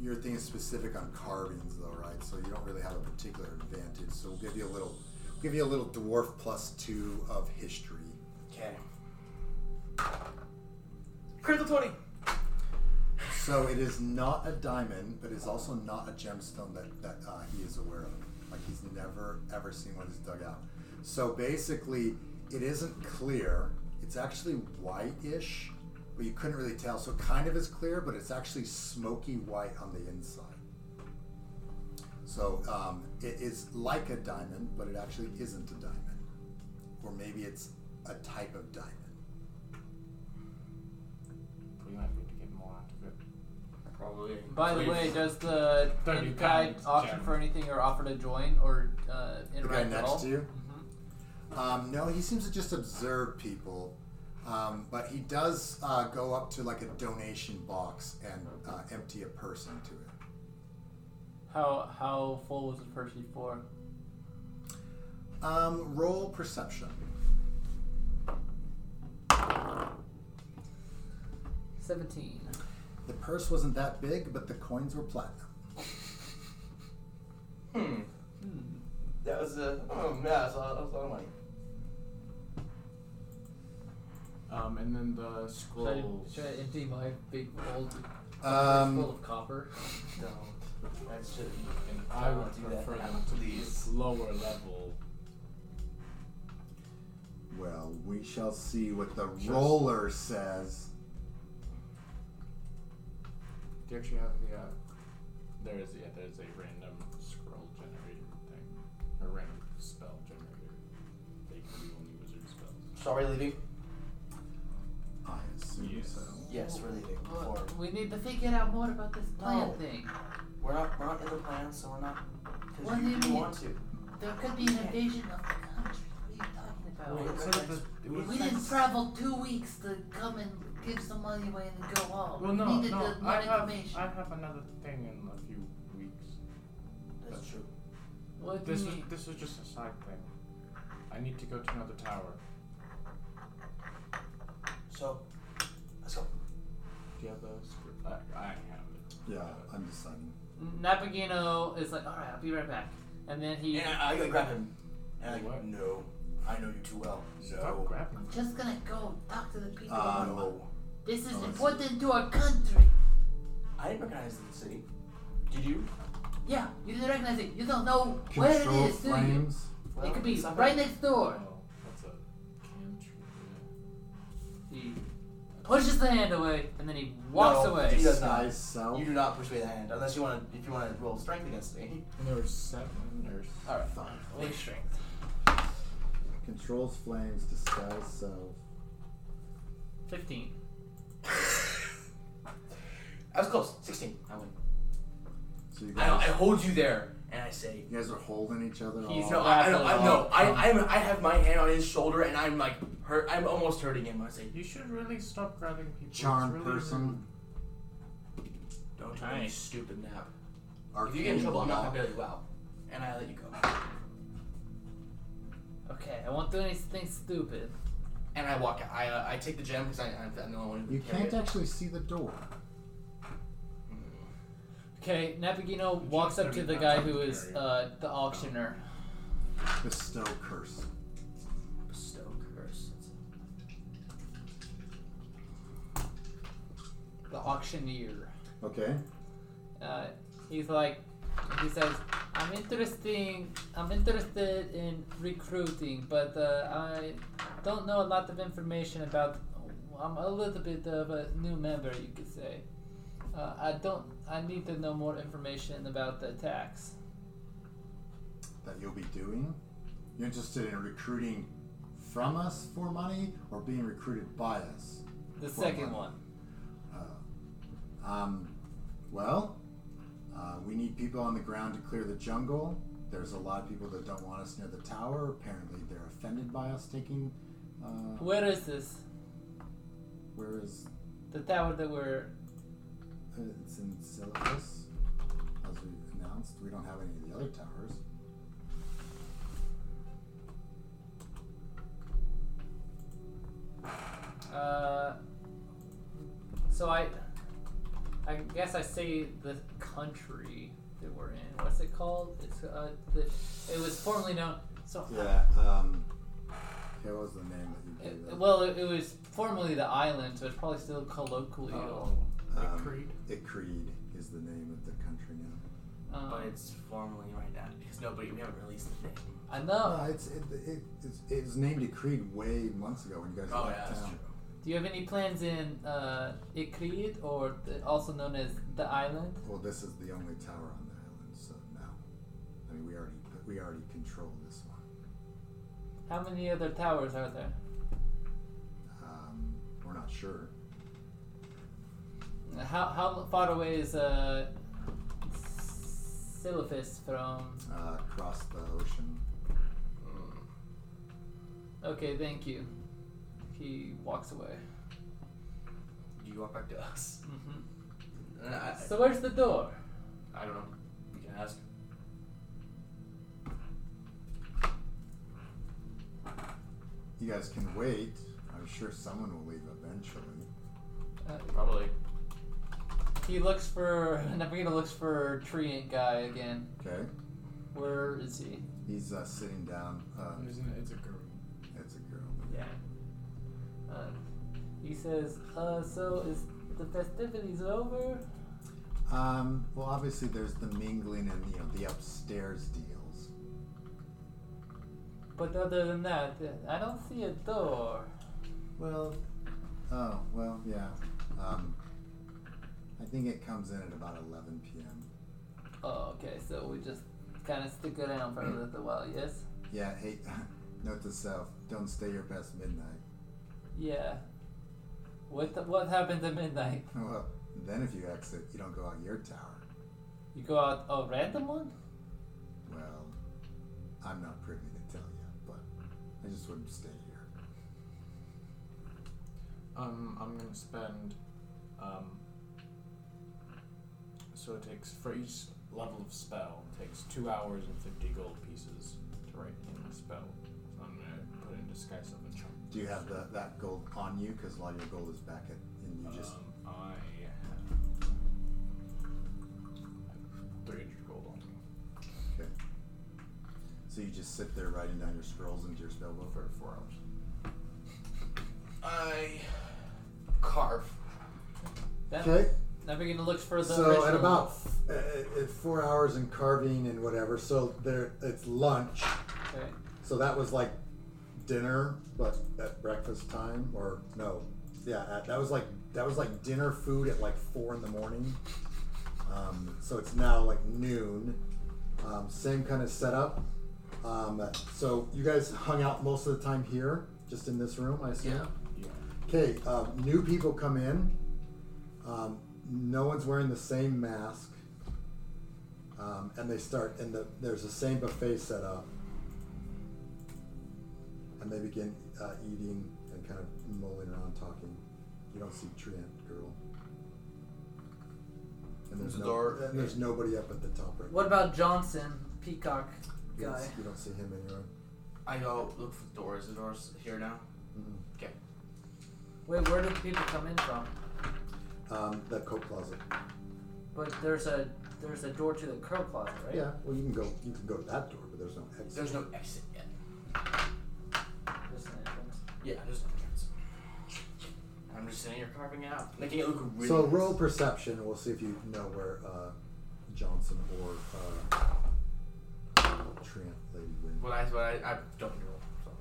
Speaker 2: your thing is specific on carvings, though, right? So you don't really have a particular advantage. So we'll give you a little, we'll give you a little dwarf plus two of history.
Speaker 4: Okay. Critical 20!
Speaker 2: So it is not a diamond, but it's also not a gemstone that that uh, he is aware of. Like he's never ever seen one that's dug out. So basically, it isn't clear. It's actually whitish, but you couldn't really tell. So it kind of is clear, but it's actually smoky white on the inside. So um, it is like a diamond, but it actually isn't a diamond. Or maybe it's a type of diamond.
Speaker 5: We might need to get more out of it.
Speaker 10: Probably.
Speaker 7: By the way, does the
Speaker 5: Thirty
Speaker 7: guy
Speaker 5: pounds,
Speaker 7: option
Speaker 5: Jim.
Speaker 7: for anything or offer to join or uh,
Speaker 2: The guy
Speaker 7: interact at all? Mm-hmm.
Speaker 2: next to you? Um, no, he seems to just observe people. Um, but he does uh, go up to like a donation box and uh, empty a person to it.
Speaker 7: How how full was the purse before?
Speaker 2: Um, roll perception.
Speaker 11: Seventeen.
Speaker 2: The purse wasn't that big, but the coins were platinum.
Speaker 4: Hmm. That was a. Oh, no, that's a, that was a lot of money.
Speaker 5: Um, and then the
Speaker 7: Should I,
Speaker 5: scrolls.
Speaker 7: should I empty my big old full
Speaker 2: Um,
Speaker 7: of copper?
Speaker 4: Don't. That should
Speaker 5: And I would
Speaker 4: Don't do that
Speaker 5: prefer
Speaker 4: now,
Speaker 5: them to be
Speaker 4: please.
Speaker 5: lower level.
Speaker 2: well, we shall see what the roller says.
Speaker 5: Do you actually have the? Uh, there is yeah. There's a random scroll generator thing, a random spell generator. They can do only wizard spells.
Speaker 4: So are we leaving?
Speaker 2: I assume
Speaker 5: Yes.
Speaker 2: so.
Speaker 4: Yes, we're leaving. Before.
Speaker 11: We need to figure out more about this
Speaker 4: plan
Speaker 11: plant thing.
Speaker 4: We're not, we're not in the plan, so we're not. Because
Speaker 11: What do
Speaker 4: you
Speaker 11: you
Speaker 4: didn't
Speaker 11: mean?
Speaker 4: want to.
Speaker 11: There could be an invasion of the country. What are you talking about?
Speaker 4: Wait, so the-
Speaker 11: We didn't travel two weeks to come and give some money away and then go home.
Speaker 5: Well, no,
Speaker 11: we needed
Speaker 5: no.
Speaker 11: the
Speaker 5: I
Speaker 11: more
Speaker 5: have
Speaker 11: information.
Speaker 5: I have another thing in a few weeks.
Speaker 4: That's true.
Speaker 7: What do
Speaker 5: This
Speaker 7: you
Speaker 5: was
Speaker 7: mean?
Speaker 5: this was just a side thing. I need to go to another tower.
Speaker 4: So, let's go.
Speaker 5: Do you have those? I, I have it.
Speaker 2: Yeah, I'm deciding.
Speaker 7: Napagino is like, all right, I'll be right back, and then he
Speaker 4: And I, I go grab him. And I'm like,
Speaker 5: What?
Speaker 4: no. I know you too well.
Speaker 5: Stop
Speaker 4: No.
Speaker 5: grabbing.
Speaker 11: Just gonna go talk to the people.
Speaker 2: Uh,
Speaker 4: No.
Speaker 11: this is
Speaker 2: oh, I see.
Speaker 11: important to our country.
Speaker 4: I didn't recognize the city. Did you?
Speaker 11: Yeah, you didn't recognize it. You don't know where it is, do you?
Speaker 2: flames.
Speaker 11: It could be
Speaker 4: Well,
Speaker 11: right next door.
Speaker 5: Oh, that's a cantrip.
Speaker 7: he pushes the hand away, and then he walks
Speaker 4: No,
Speaker 7: away.
Speaker 4: he does not.
Speaker 2: Size south.
Speaker 4: You do not push away the hand unless you want to. If you want to roll strength against me.
Speaker 5: And there were seven or
Speaker 4: All right.
Speaker 2: Five.
Speaker 4: Make strength.
Speaker 2: Controls flames. Disguise south.
Speaker 7: Fifteen.
Speaker 4: I was close. Sixteen. I win.
Speaker 2: So you
Speaker 4: I, I
Speaker 2: guys,
Speaker 4: hold you there, and I say,
Speaker 2: you guys are holding each other.
Speaker 7: He's
Speaker 2: all-
Speaker 4: no, I, I, don't- I, no, I, I'm, I have my hand on his shoulder, and I'm like hurt. I'm almost hurting him. I say,
Speaker 5: You should really stop grabbing people. It's
Speaker 2: charm
Speaker 5: really rude.
Speaker 2: person.
Speaker 4: don't do any stupid nap. If you
Speaker 2: arcane
Speaker 4: get in trouble, I'm not
Speaker 2: law.
Speaker 4: gonna bail you out, and I let you go.
Speaker 7: Okay, I won't do anything stupid.
Speaker 4: And I walk. out. I, uh, I take the gem because I'm the only one who
Speaker 2: You
Speaker 4: can carry
Speaker 2: can't
Speaker 4: it.
Speaker 2: actually see the door.
Speaker 7: Okay, Napagino walks up to the guy who is uh, the auctioneer.
Speaker 2: Bestow curse.
Speaker 4: Bestow curse.
Speaker 7: The auctioneer.
Speaker 2: Okay.
Speaker 7: Uh, he's like, he says, "I'm interesting. I'm interested in recruiting, but uh, I don't know a lot of information about. I'm a little bit of a new member, you could say. Uh, I don't. I need to know more information about the attacks.
Speaker 2: That you'll be doing. You're interested in recruiting from us for money or being recruited by us.
Speaker 7: The
Speaker 2: For
Speaker 7: second
Speaker 2: money.
Speaker 7: one.
Speaker 2: Um, well, Uh, we need people on the ground to clear the jungle. There's a lot of people that don't want us near the tower. Apparently, they're offended by us taking. Uh,
Speaker 7: Where is this?
Speaker 2: where is
Speaker 7: The tower that we're.
Speaker 2: uh, it's in Silithus, as we announced. We don't have any of the other towers.
Speaker 7: Uh, so I. I guess I say the country that we're in. What's it called? It's uh, the, it was formerly known. So
Speaker 2: Yeah. Um, what was the name that you gave
Speaker 7: It-
Speaker 2: it?
Speaker 7: well, it, it was formerly the island, so it's probably still colloquially.
Speaker 12: Oh,
Speaker 2: Um,
Speaker 12: Creed.
Speaker 2: Icreed is the name of the country now.
Speaker 7: Um,
Speaker 13: Oh, But it's formally right now because nobody we haven't released the name.
Speaker 7: I know.
Speaker 2: No, Uh, it's it, it, it's it was named Icreed way months ago when you guys
Speaker 13: Oh
Speaker 2: left
Speaker 13: yeah, that's
Speaker 2: town.
Speaker 13: true.
Speaker 7: Do you have any plans in uh, Ikrid, or the, also known as the island?
Speaker 2: Well, this is the only tower on the island, so no. I mean, we already we already control this one.
Speaker 7: How many other towers are there?
Speaker 2: Um, we're not sure.
Speaker 7: How, how far away is uh, Silophus from.
Speaker 2: Uh, across the ocean.
Speaker 4: Mm.
Speaker 7: Okay, thank you. He walks away.
Speaker 13: You walk back to us.
Speaker 7: hmm
Speaker 13: And I,
Speaker 7: So, where's the door?
Speaker 13: I don't know. You can ask.
Speaker 2: You guys can wait. I'm sure someone will leave eventually.
Speaker 13: Probably.
Speaker 7: Uh, He looks for. Nefergina looks for Treant guy again.
Speaker 2: Okay.
Speaker 7: Where is he?
Speaker 2: He's uh, sitting down. Uh,
Speaker 5: Isn't it? It's a girl.
Speaker 2: it's a girl.
Speaker 7: Yeah. Uh, he says, uh, so is the festivities over?
Speaker 2: Um, well, obviously there's the mingling and you know the upstairs deals.
Speaker 7: But other than that, uh, I don't see a door.
Speaker 2: Well, oh well, yeah. Um, I think it comes in at about 11 p.m.
Speaker 7: Oh, okay, so we just kind of stick around for a little while, yes?
Speaker 2: Yeah. Hey, note to self: don't stay here past midnight.
Speaker 7: Yeah. What the, what happens at midnight?
Speaker 2: Well, then if you exit, you don't go out your tower.
Speaker 7: You go out a random one?
Speaker 2: Well, I'm not privy to tell you, but I just wouldn't stay here.
Speaker 5: Um, I'm gonna spend. Um. So it takes for each level of spell it takes two hours and fifty gold pieces to write in the spell. So I'm gonna put in disguise of a chunk.
Speaker 2: Do you have the, that gold on you? Because a lot of your gold is back at, and you just
Speaker 5: Um, I have three hundred gold on me.
Speaker 2: okay. So you just sit there writing down your scrolls into your spellbook for four hours.
Speaker 4: I carve.
Speaker 7: Then Nefergina looks for the
Speaker 2: So at
Speaker 7: original-
Speaker 2: about uh, at four hours and carving and whatever, so there it's lunch.
Speaker 7: Okay.
Speaker 2: So that was like dinner, but at breakfast time, or no, yeah, at, that was like that was like dinner food at like four in the morning. Um, so it's now like noon. Um, same kind of setup. Um, so you guys hung out most of the time here, just in this room, I assume.
Speaker 7: Yeah.
Speaker 2: Okay, um, new people come in. Um, no one's wearing the same mask, um, and they start. And the, there's the same buffet set up, and they begin uh, eating and kind of mulling around, talking. You don't see Trent girl, and there's
Speaker 4: The
Speaker 2: no,
Speaker 4: door-
Speaker 2: and there's nobody up at the top right.
Speaker 14: What about Johnson, Peacock
Speaker 2: You don't,
Speaker 14: guy?
Speaker 2: see, you don't see him anywhere.
Speaker 4: I go look for the door. Is the door s- here now?
Speaker 2: Mm-mm.
Speaker 14: Wait, where do people come in from?
Speaker 2: Um, the coat closet.
Speaker 14: But there's a there's a door to the curl closet, right?
Speaker 2: Yeah, well you can go. You can go to that door, but there's no exit.
Speaker 4: There's no exit yet.
Speaker 14: Just an entrance.
Speaker 4: Yeah, there's no entrance. I'm just sitting here carving it out, making it look really.
Speaker 2: So
Speaker 4: nice.
Speaker 2: roll perception. and We'll see if you know where uh, Johnson or uh, Trent Lady went.
Speaker 4: What I what I, I don't know.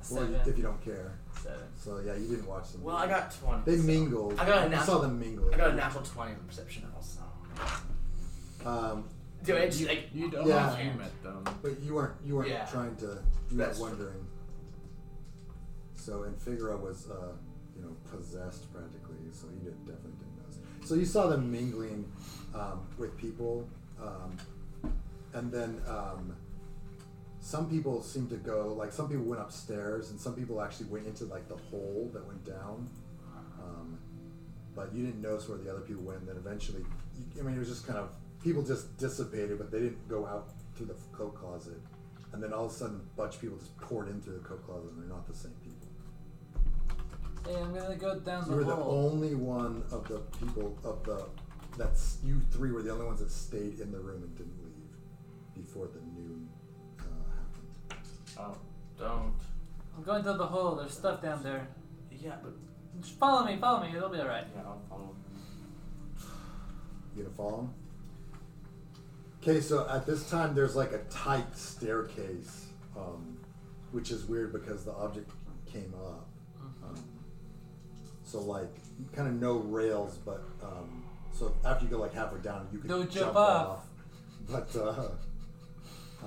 Speaker 4: So.
Speaker 2: Or
Speaker 7: Seven.
Speaker 2: you- if you don't care.
Speaker 7: Seven.
Speaker 2: So yeah, you didn't watch them.
Speaker 4: Well, I got twenty.
Speaker 2: they
Speaker 4: so.
Speaker 2: mingled.
Speaker 4: I got a
Speaker 2: You
Speaker 4: nat-
Speaker 2: saw them mingling.
Speaker 4: I got a natural twenty in perception also.
Speaker 2: um,
Speaker 4: Dude, it's like
Speaker 5: You don't
Speaker 2: Yeah.
Speaker 5: aim at them.
Speaker 2: but you weren't. You weren't
Speaker 4: Yeah.
Speaker 2: trying to. You weren't
Speaker 4: That's true.
Speaker 2: wondering. So and Figaro was, uh, you know, possessed practically. So he did, definitely didn't know. So you saw them mingling um, with people. Um, and then um, some people seem to go like some people went upstairs and some people actually went into like the hole that went down.
Speaker 4: Uh-huh.
Speaker 2: Um, but you didn't notice where the other people went. And then eventually, you, I mean, it was just kind of people just dissipated, but they didn't go out to the coat closet. And then all of a sudden, a bunch of people just poured in through the coat closet, and they're not the same people.
Speaker 7: Hey, I'm gonna go down
Speaker 2: You were
Speaker 7: the
Speaker 2: the
Speaker 7: hole.
Speaker 2: only one of the people of the that's you three were the only ones that stayed in the room and didn't leave before the noon uh, happened.
Speaker 5: Oh,
Speaker 4: Don't.
Speaker 7: I'm going down the hole. There's stuff down there.
Speaker 4: Yeah, but
Speaker 7: Just follow me, follow me. It'll be all right.
Speaker 5: yeah, I'll follow.
Speaker 2: You gonna follow him? Okay, so at this time there's like a tight staircase, um, which is weird because the object came up. Um, so like kind of no rails, but um, so after you go like halfway down, you can
Speaker 7: Don't
Speaker 2: jump,
Speaker 7: jump
Speaker 2: off.
Speaker 7: off.
Speaker 2: But uh,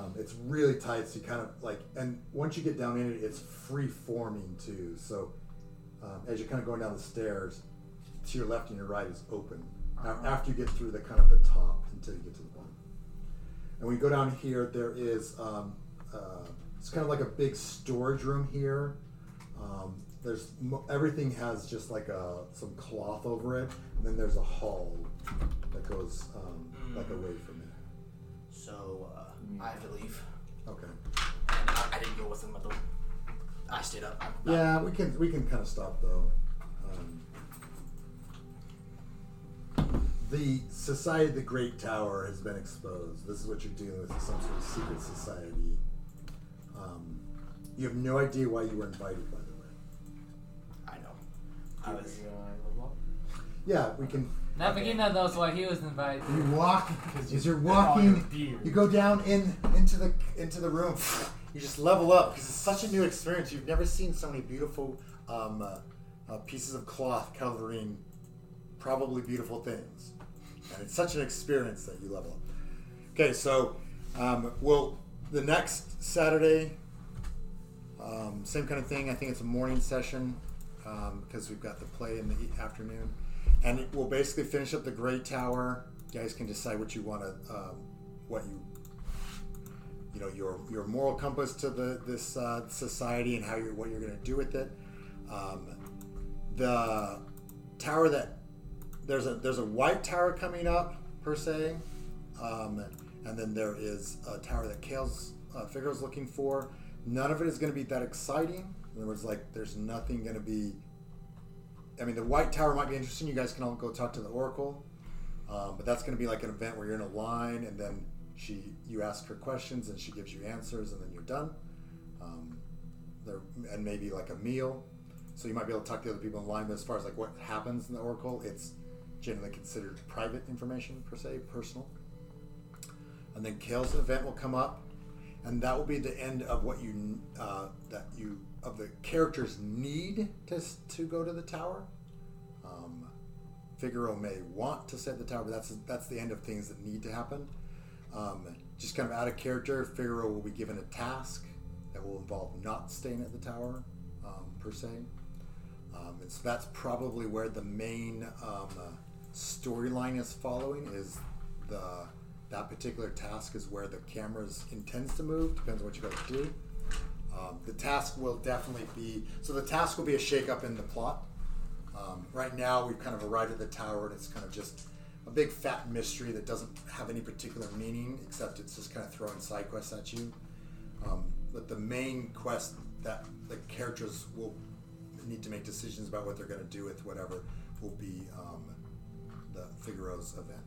Speaker 2: um, it's really tight, so you kind of like, and once you get down in it, it's free forming too. So um, as you're kind of going down the stairs, to your left and your right is open. A- After you get through the kind of the top until you get to the bottom. And when you go down here, there is um, uh, it's kind of like a big storage room here. Um, there's mo- everything has just like a some cloth over it, and then there's a hall that goes um, like away from it.
Speaker 8: So uh, I have to leave.
Speaker 2: Okay.
Speaker 8: And I, I didn't go with him at the. I stayed up. I'm- I'm-
Speaker 2: Yeah, we can we can kind of stop though. Um, the Society of the Great Tower has been exposed. This is what you're dealing with: is some sort of secret society. Um, you have no idea why you were invited, by the way.
Speaker 8: I know. I was.
Speaker 2: Yeah, we can.
Speaker 7: Navagina knows why he was invited.
Speaker 2: You walk as you're
Speaker 5: your
Speaker 2: walking.
Speaker 5: beard.
Speaker 2: You go down in into the into the room. You just level up because it's such a new experience. You've never seen so many beautiful um, uh, uh, pieces of cloth covering probably beautiful things, and it's such an experience that you level up. Okay, so um, we'll the next Saturday, um, same kind of thing. I think it's a morning session because we've got the play in the e- afternoon, and it- we'll basically finish up the Gray Tower. You guys can decide what you want to, um, what you, you know, your your moral compass to the this uh, society and how you what you're going to do with it. Um, the tower that there's a there's a white tower coming up per se, um, and then there is a tower that Kale's uh, figure is looking for. None of it is going to be that exciting. In other words, like there's nothing going to be. I mean, the white tower might be interesting. You guys can all go talk to the oracle, um, but that's going to be like an event where you're in a line and then she you ask her questions and she gives you answers and then you're done. Um, there and maybe like a meal. So you might be able to talk to the other people in line, but as far as like what happens in the Oracle, it's generally considered private information per se, personal. And then Kale's event will come up, and that will be the end of what you uh, that you of the characters need to s- to go to the tower. Um, Figaro may want to save the tower, but that's that's the end of things that need to happen. Um, just kind of out of character, Figaro will be given a task that will involve not staying at the tower um, per se. Um, and so that's probably where the main um, uh, storyline is following is the that particular task is where the cameras intends to move. Depends on what you guys do. Um, the task will definitely be so. The task will be a shakeup in the plot. Um, right now, we've kind of arrived at the tower, and it's kind of just a big fat mystery that doesn't have any particular meaning, except it's just kind of throwing side quests at you. Um, but the main quest that the characters will need to make decisions about what they're going to do with whatever will be um, the Figaro's event.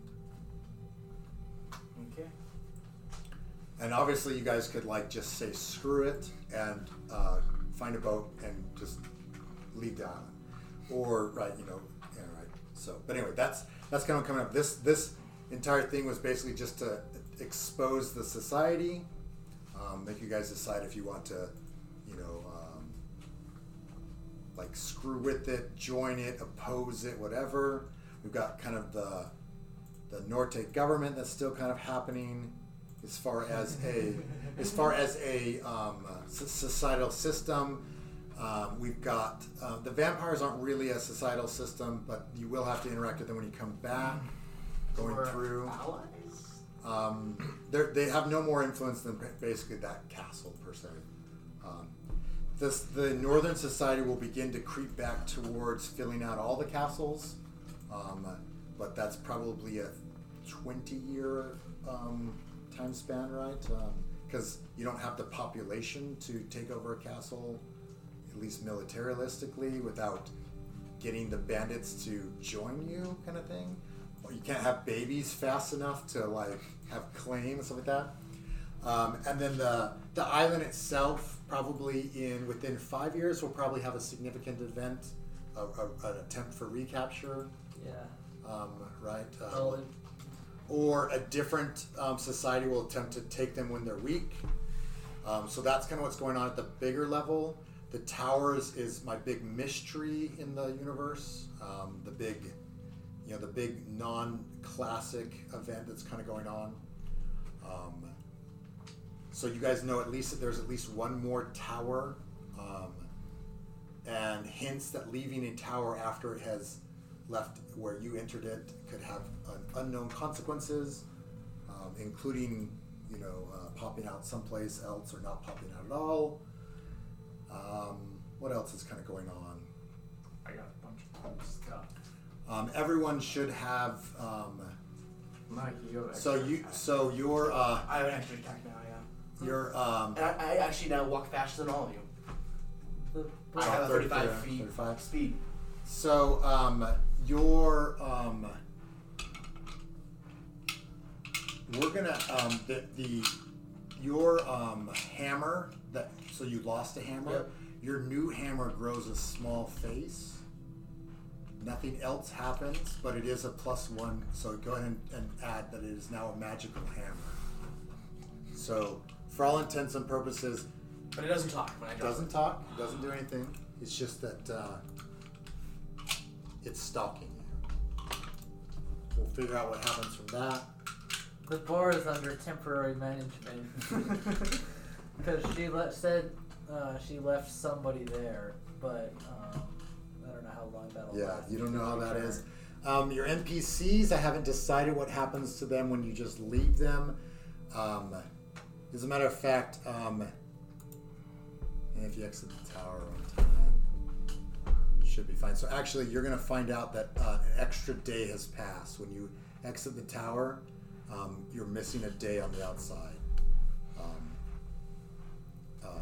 Speaker 4: okay.
Speaker 2: And obviously, you guys could like just say screw it and uh, find a boat and just leave the island, or right, you know, yeah, right. So, but anyway, that's that's kind of coming up. This this entire thing was basically just to expose the society, um, make you guys decide if you want to, you know, um, like screw with it, join it, oppose it, whatever. We've got kind of the the Norte government that's still kind of happening as far as a as far as a um, uh, so- societal system. Um, we've got uh, the vampires aren't really a societal system, but you will have to interact with them when you come back. Going
Speaker 8: We're
Speaker 2: through,
Speaker 8: Allies?
Speaker 2: Um, they're- they have no more influence than ba- basically that castle per se. Um, this, the Northern Society will begin to creep back towards filling out all the castles, um, but that's probably a 20-year um, time span, right? Because you don't have the population to take over a castle, at least militaristically, without getting the bandits to join you, kind of thing. Or you can't have babies fast enough to like have claim and stuff like that. Um, and then the the island itself, probably in within five years, will probably have a significant event, a, a, an attempt for recapture,
Speaker 7: Yeah.
Speaker 2: um, right? Uh,
Speaker 7: Oh,
Speaker 2: or a different um, society will attempt to take them when they're weak. Um, so that's kind of what's going on at the bigger level. The towers is my big mystery in the universe. Um, the big, you know, the big non-classic event that's kind of going on. Um, so you guys know at least that there's at least one more tower, um, and hints that leaving a tower after it has left where you entered it could have an unknown consequences, um, including you know uh, popping out someplace else or not popping out at all. Um, what else is kind of going on?
Speaker 5: I got a bunch of cool stuff.
Speaker 2: Um, everyone should have. Um,
Speaker 5: Mike, you have
Speaker 2: so
Speaker 5: extra
Speaker 2: you
Speaker 5: time.
Speaker 2: so your uh,
Speaker 8: I have an extra attack now, yeah.
Speaker 2: your um,
Speaker 8: And I, I actually now walk faster than all of you.
Speaker 7: the
Speaker 8: I have a
Speaker 2: 30,
Speaker 8: 35 feet
Speaker 2: 35.
Speaker 8: speed.
Speaker 2: So, um, your, um, we're gonna, um, the, the, your, um, hammer that, so you lost a hammer.
Speaker 8: Yep.
Speaker 2: Your new hammer grows a small face. Nothing else happens, but it is a plus one. So go ahead and, and add that it is now a magical hammer. So, for all intents and purposes,
Speaker 8: But it doesn't talk when I drop
Speaker 2: doesn't
Speaker 8: it.
Speaker 2: talk. Doesn't do anything. It's just that uh, it's stalking you. We'll figure out what happens from that.
Speaker 7: the bar is under temporary management because she le- said uh, she left somebody there, but um, I don't know how long that'll
Speaker 2: Yeah,
Speaker 7: last.
Speaker 2: you don't know how that is. Um, your NPCs, I haven't decided what happens to them when you just leave them. Um, as a matter of fact, um, and if you exit the tower on time, should be fine. So actually, you're going to find out that uh, an extra day has passed when you exit the tower. Um, you're missing a day on the outside, um, um,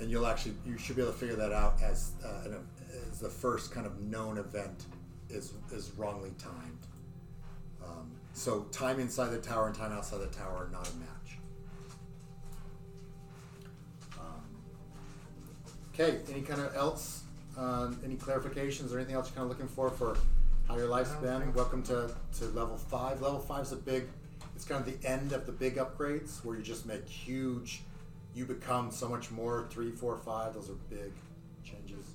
Speaker 2: and you'll actually you should be able to figure that out as uh, an, as the first kind of known event is is wrongly timed. Um, so time inside the tower and time outside the tower are not a match. Okay. Any kind of else? Um, any clarifications or anything else you're kind of looking for for how your life's
Speaker 5: I don't
Speaker 2: been?
Speaker 5: think-
Speaker 2: Welcome to, to level five. Level five's a big. It's kind of the end of the big upgrades where you just make huge. You become so much more. Three, four, five. Those are big changes.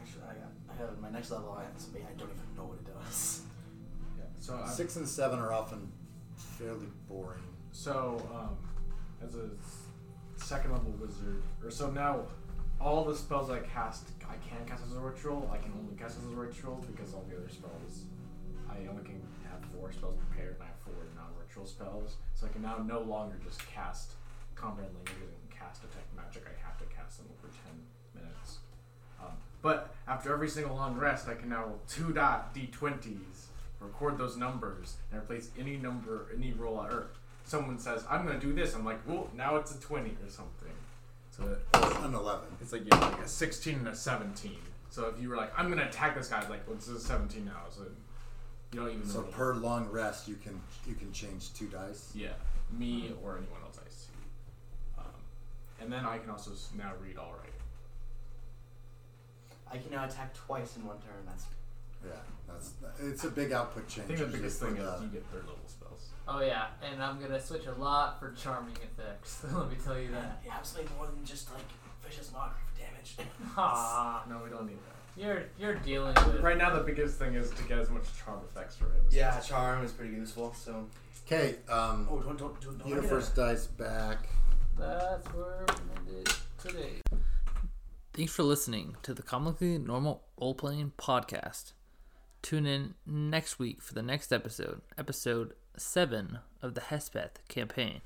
Speaker 8: Actually, I got. I have my next level. I have something I don't even know what it does.
Speaker 5: Yeah, so I,
Speaker 2: Six and seven are often fairly boring.
Speaker 5: So, um, as a s- second level wizard, or so now, all the spells I cast, I can cast as a ritual. I can only cast as a ritual because all the other spells, I only can have four spells prepared, and I have four non-ritual spells. So I can now no longer just cast combat languages and cast attack magic. I have to cast them over ten minutes. Um, but after every single long rest, I can now roll two dot d20s, record those numbers, and replace any number, any roll, or someone says, I'm going to do this. I'm like, well, now it's a 20 or something. So
Speaker 2: An eleven.
Speaker 5: it's like, yeah, like a 16 and a 17. So if you were like, I'm going to attack this guy, like, well, this is 17 now, so you don't even
Speaker 2: So
Speaker 5: know.
Speaker 2: per long rest, you can you can change two dice.
Speaker 5: yeah, me or anyone else I see. Um, and then I can also s- now read all right.
Speaker 8: I can now attack twice in one turn. That's
Speaker 2: Yeah, that's it's a big output
Speaker 5: I
Speaker 2: change.
Speaker 5: think the
Speaker 2: usually
Speaker 5: biggest
Speaker 2: for
Speaker 5: thing
Speaker 2: the-
Speaker 5: is you get third level spells.
Speaker 6: Oh yeah, and I'm gonna switch a lot for charming effects. Let me tell you that.
Speaker 8: it helps me more than just like vicious mockery for damage.
Speaker 6: Ah,
Speaker 5: No, we don't need that.
Speaker 6: you're you're dealing with.
Speaker 5: Right now, the biggest thing is to get as much charm effects for him. as
Speaker 8: Yeah, charm is pretty useful. So.
Speaker 2: Okay, um,
Speaker 8: Oh, don't don't don't. don't
Speaker 2: universe dice back.
Speaker 6: That's where we ended today.
Speaker 1: Thanks for listening to the Comically Normal Role Playing Podcast.
Speaker 7: Tune in next week for the next episode, episode 7 of the Hespeth campaign.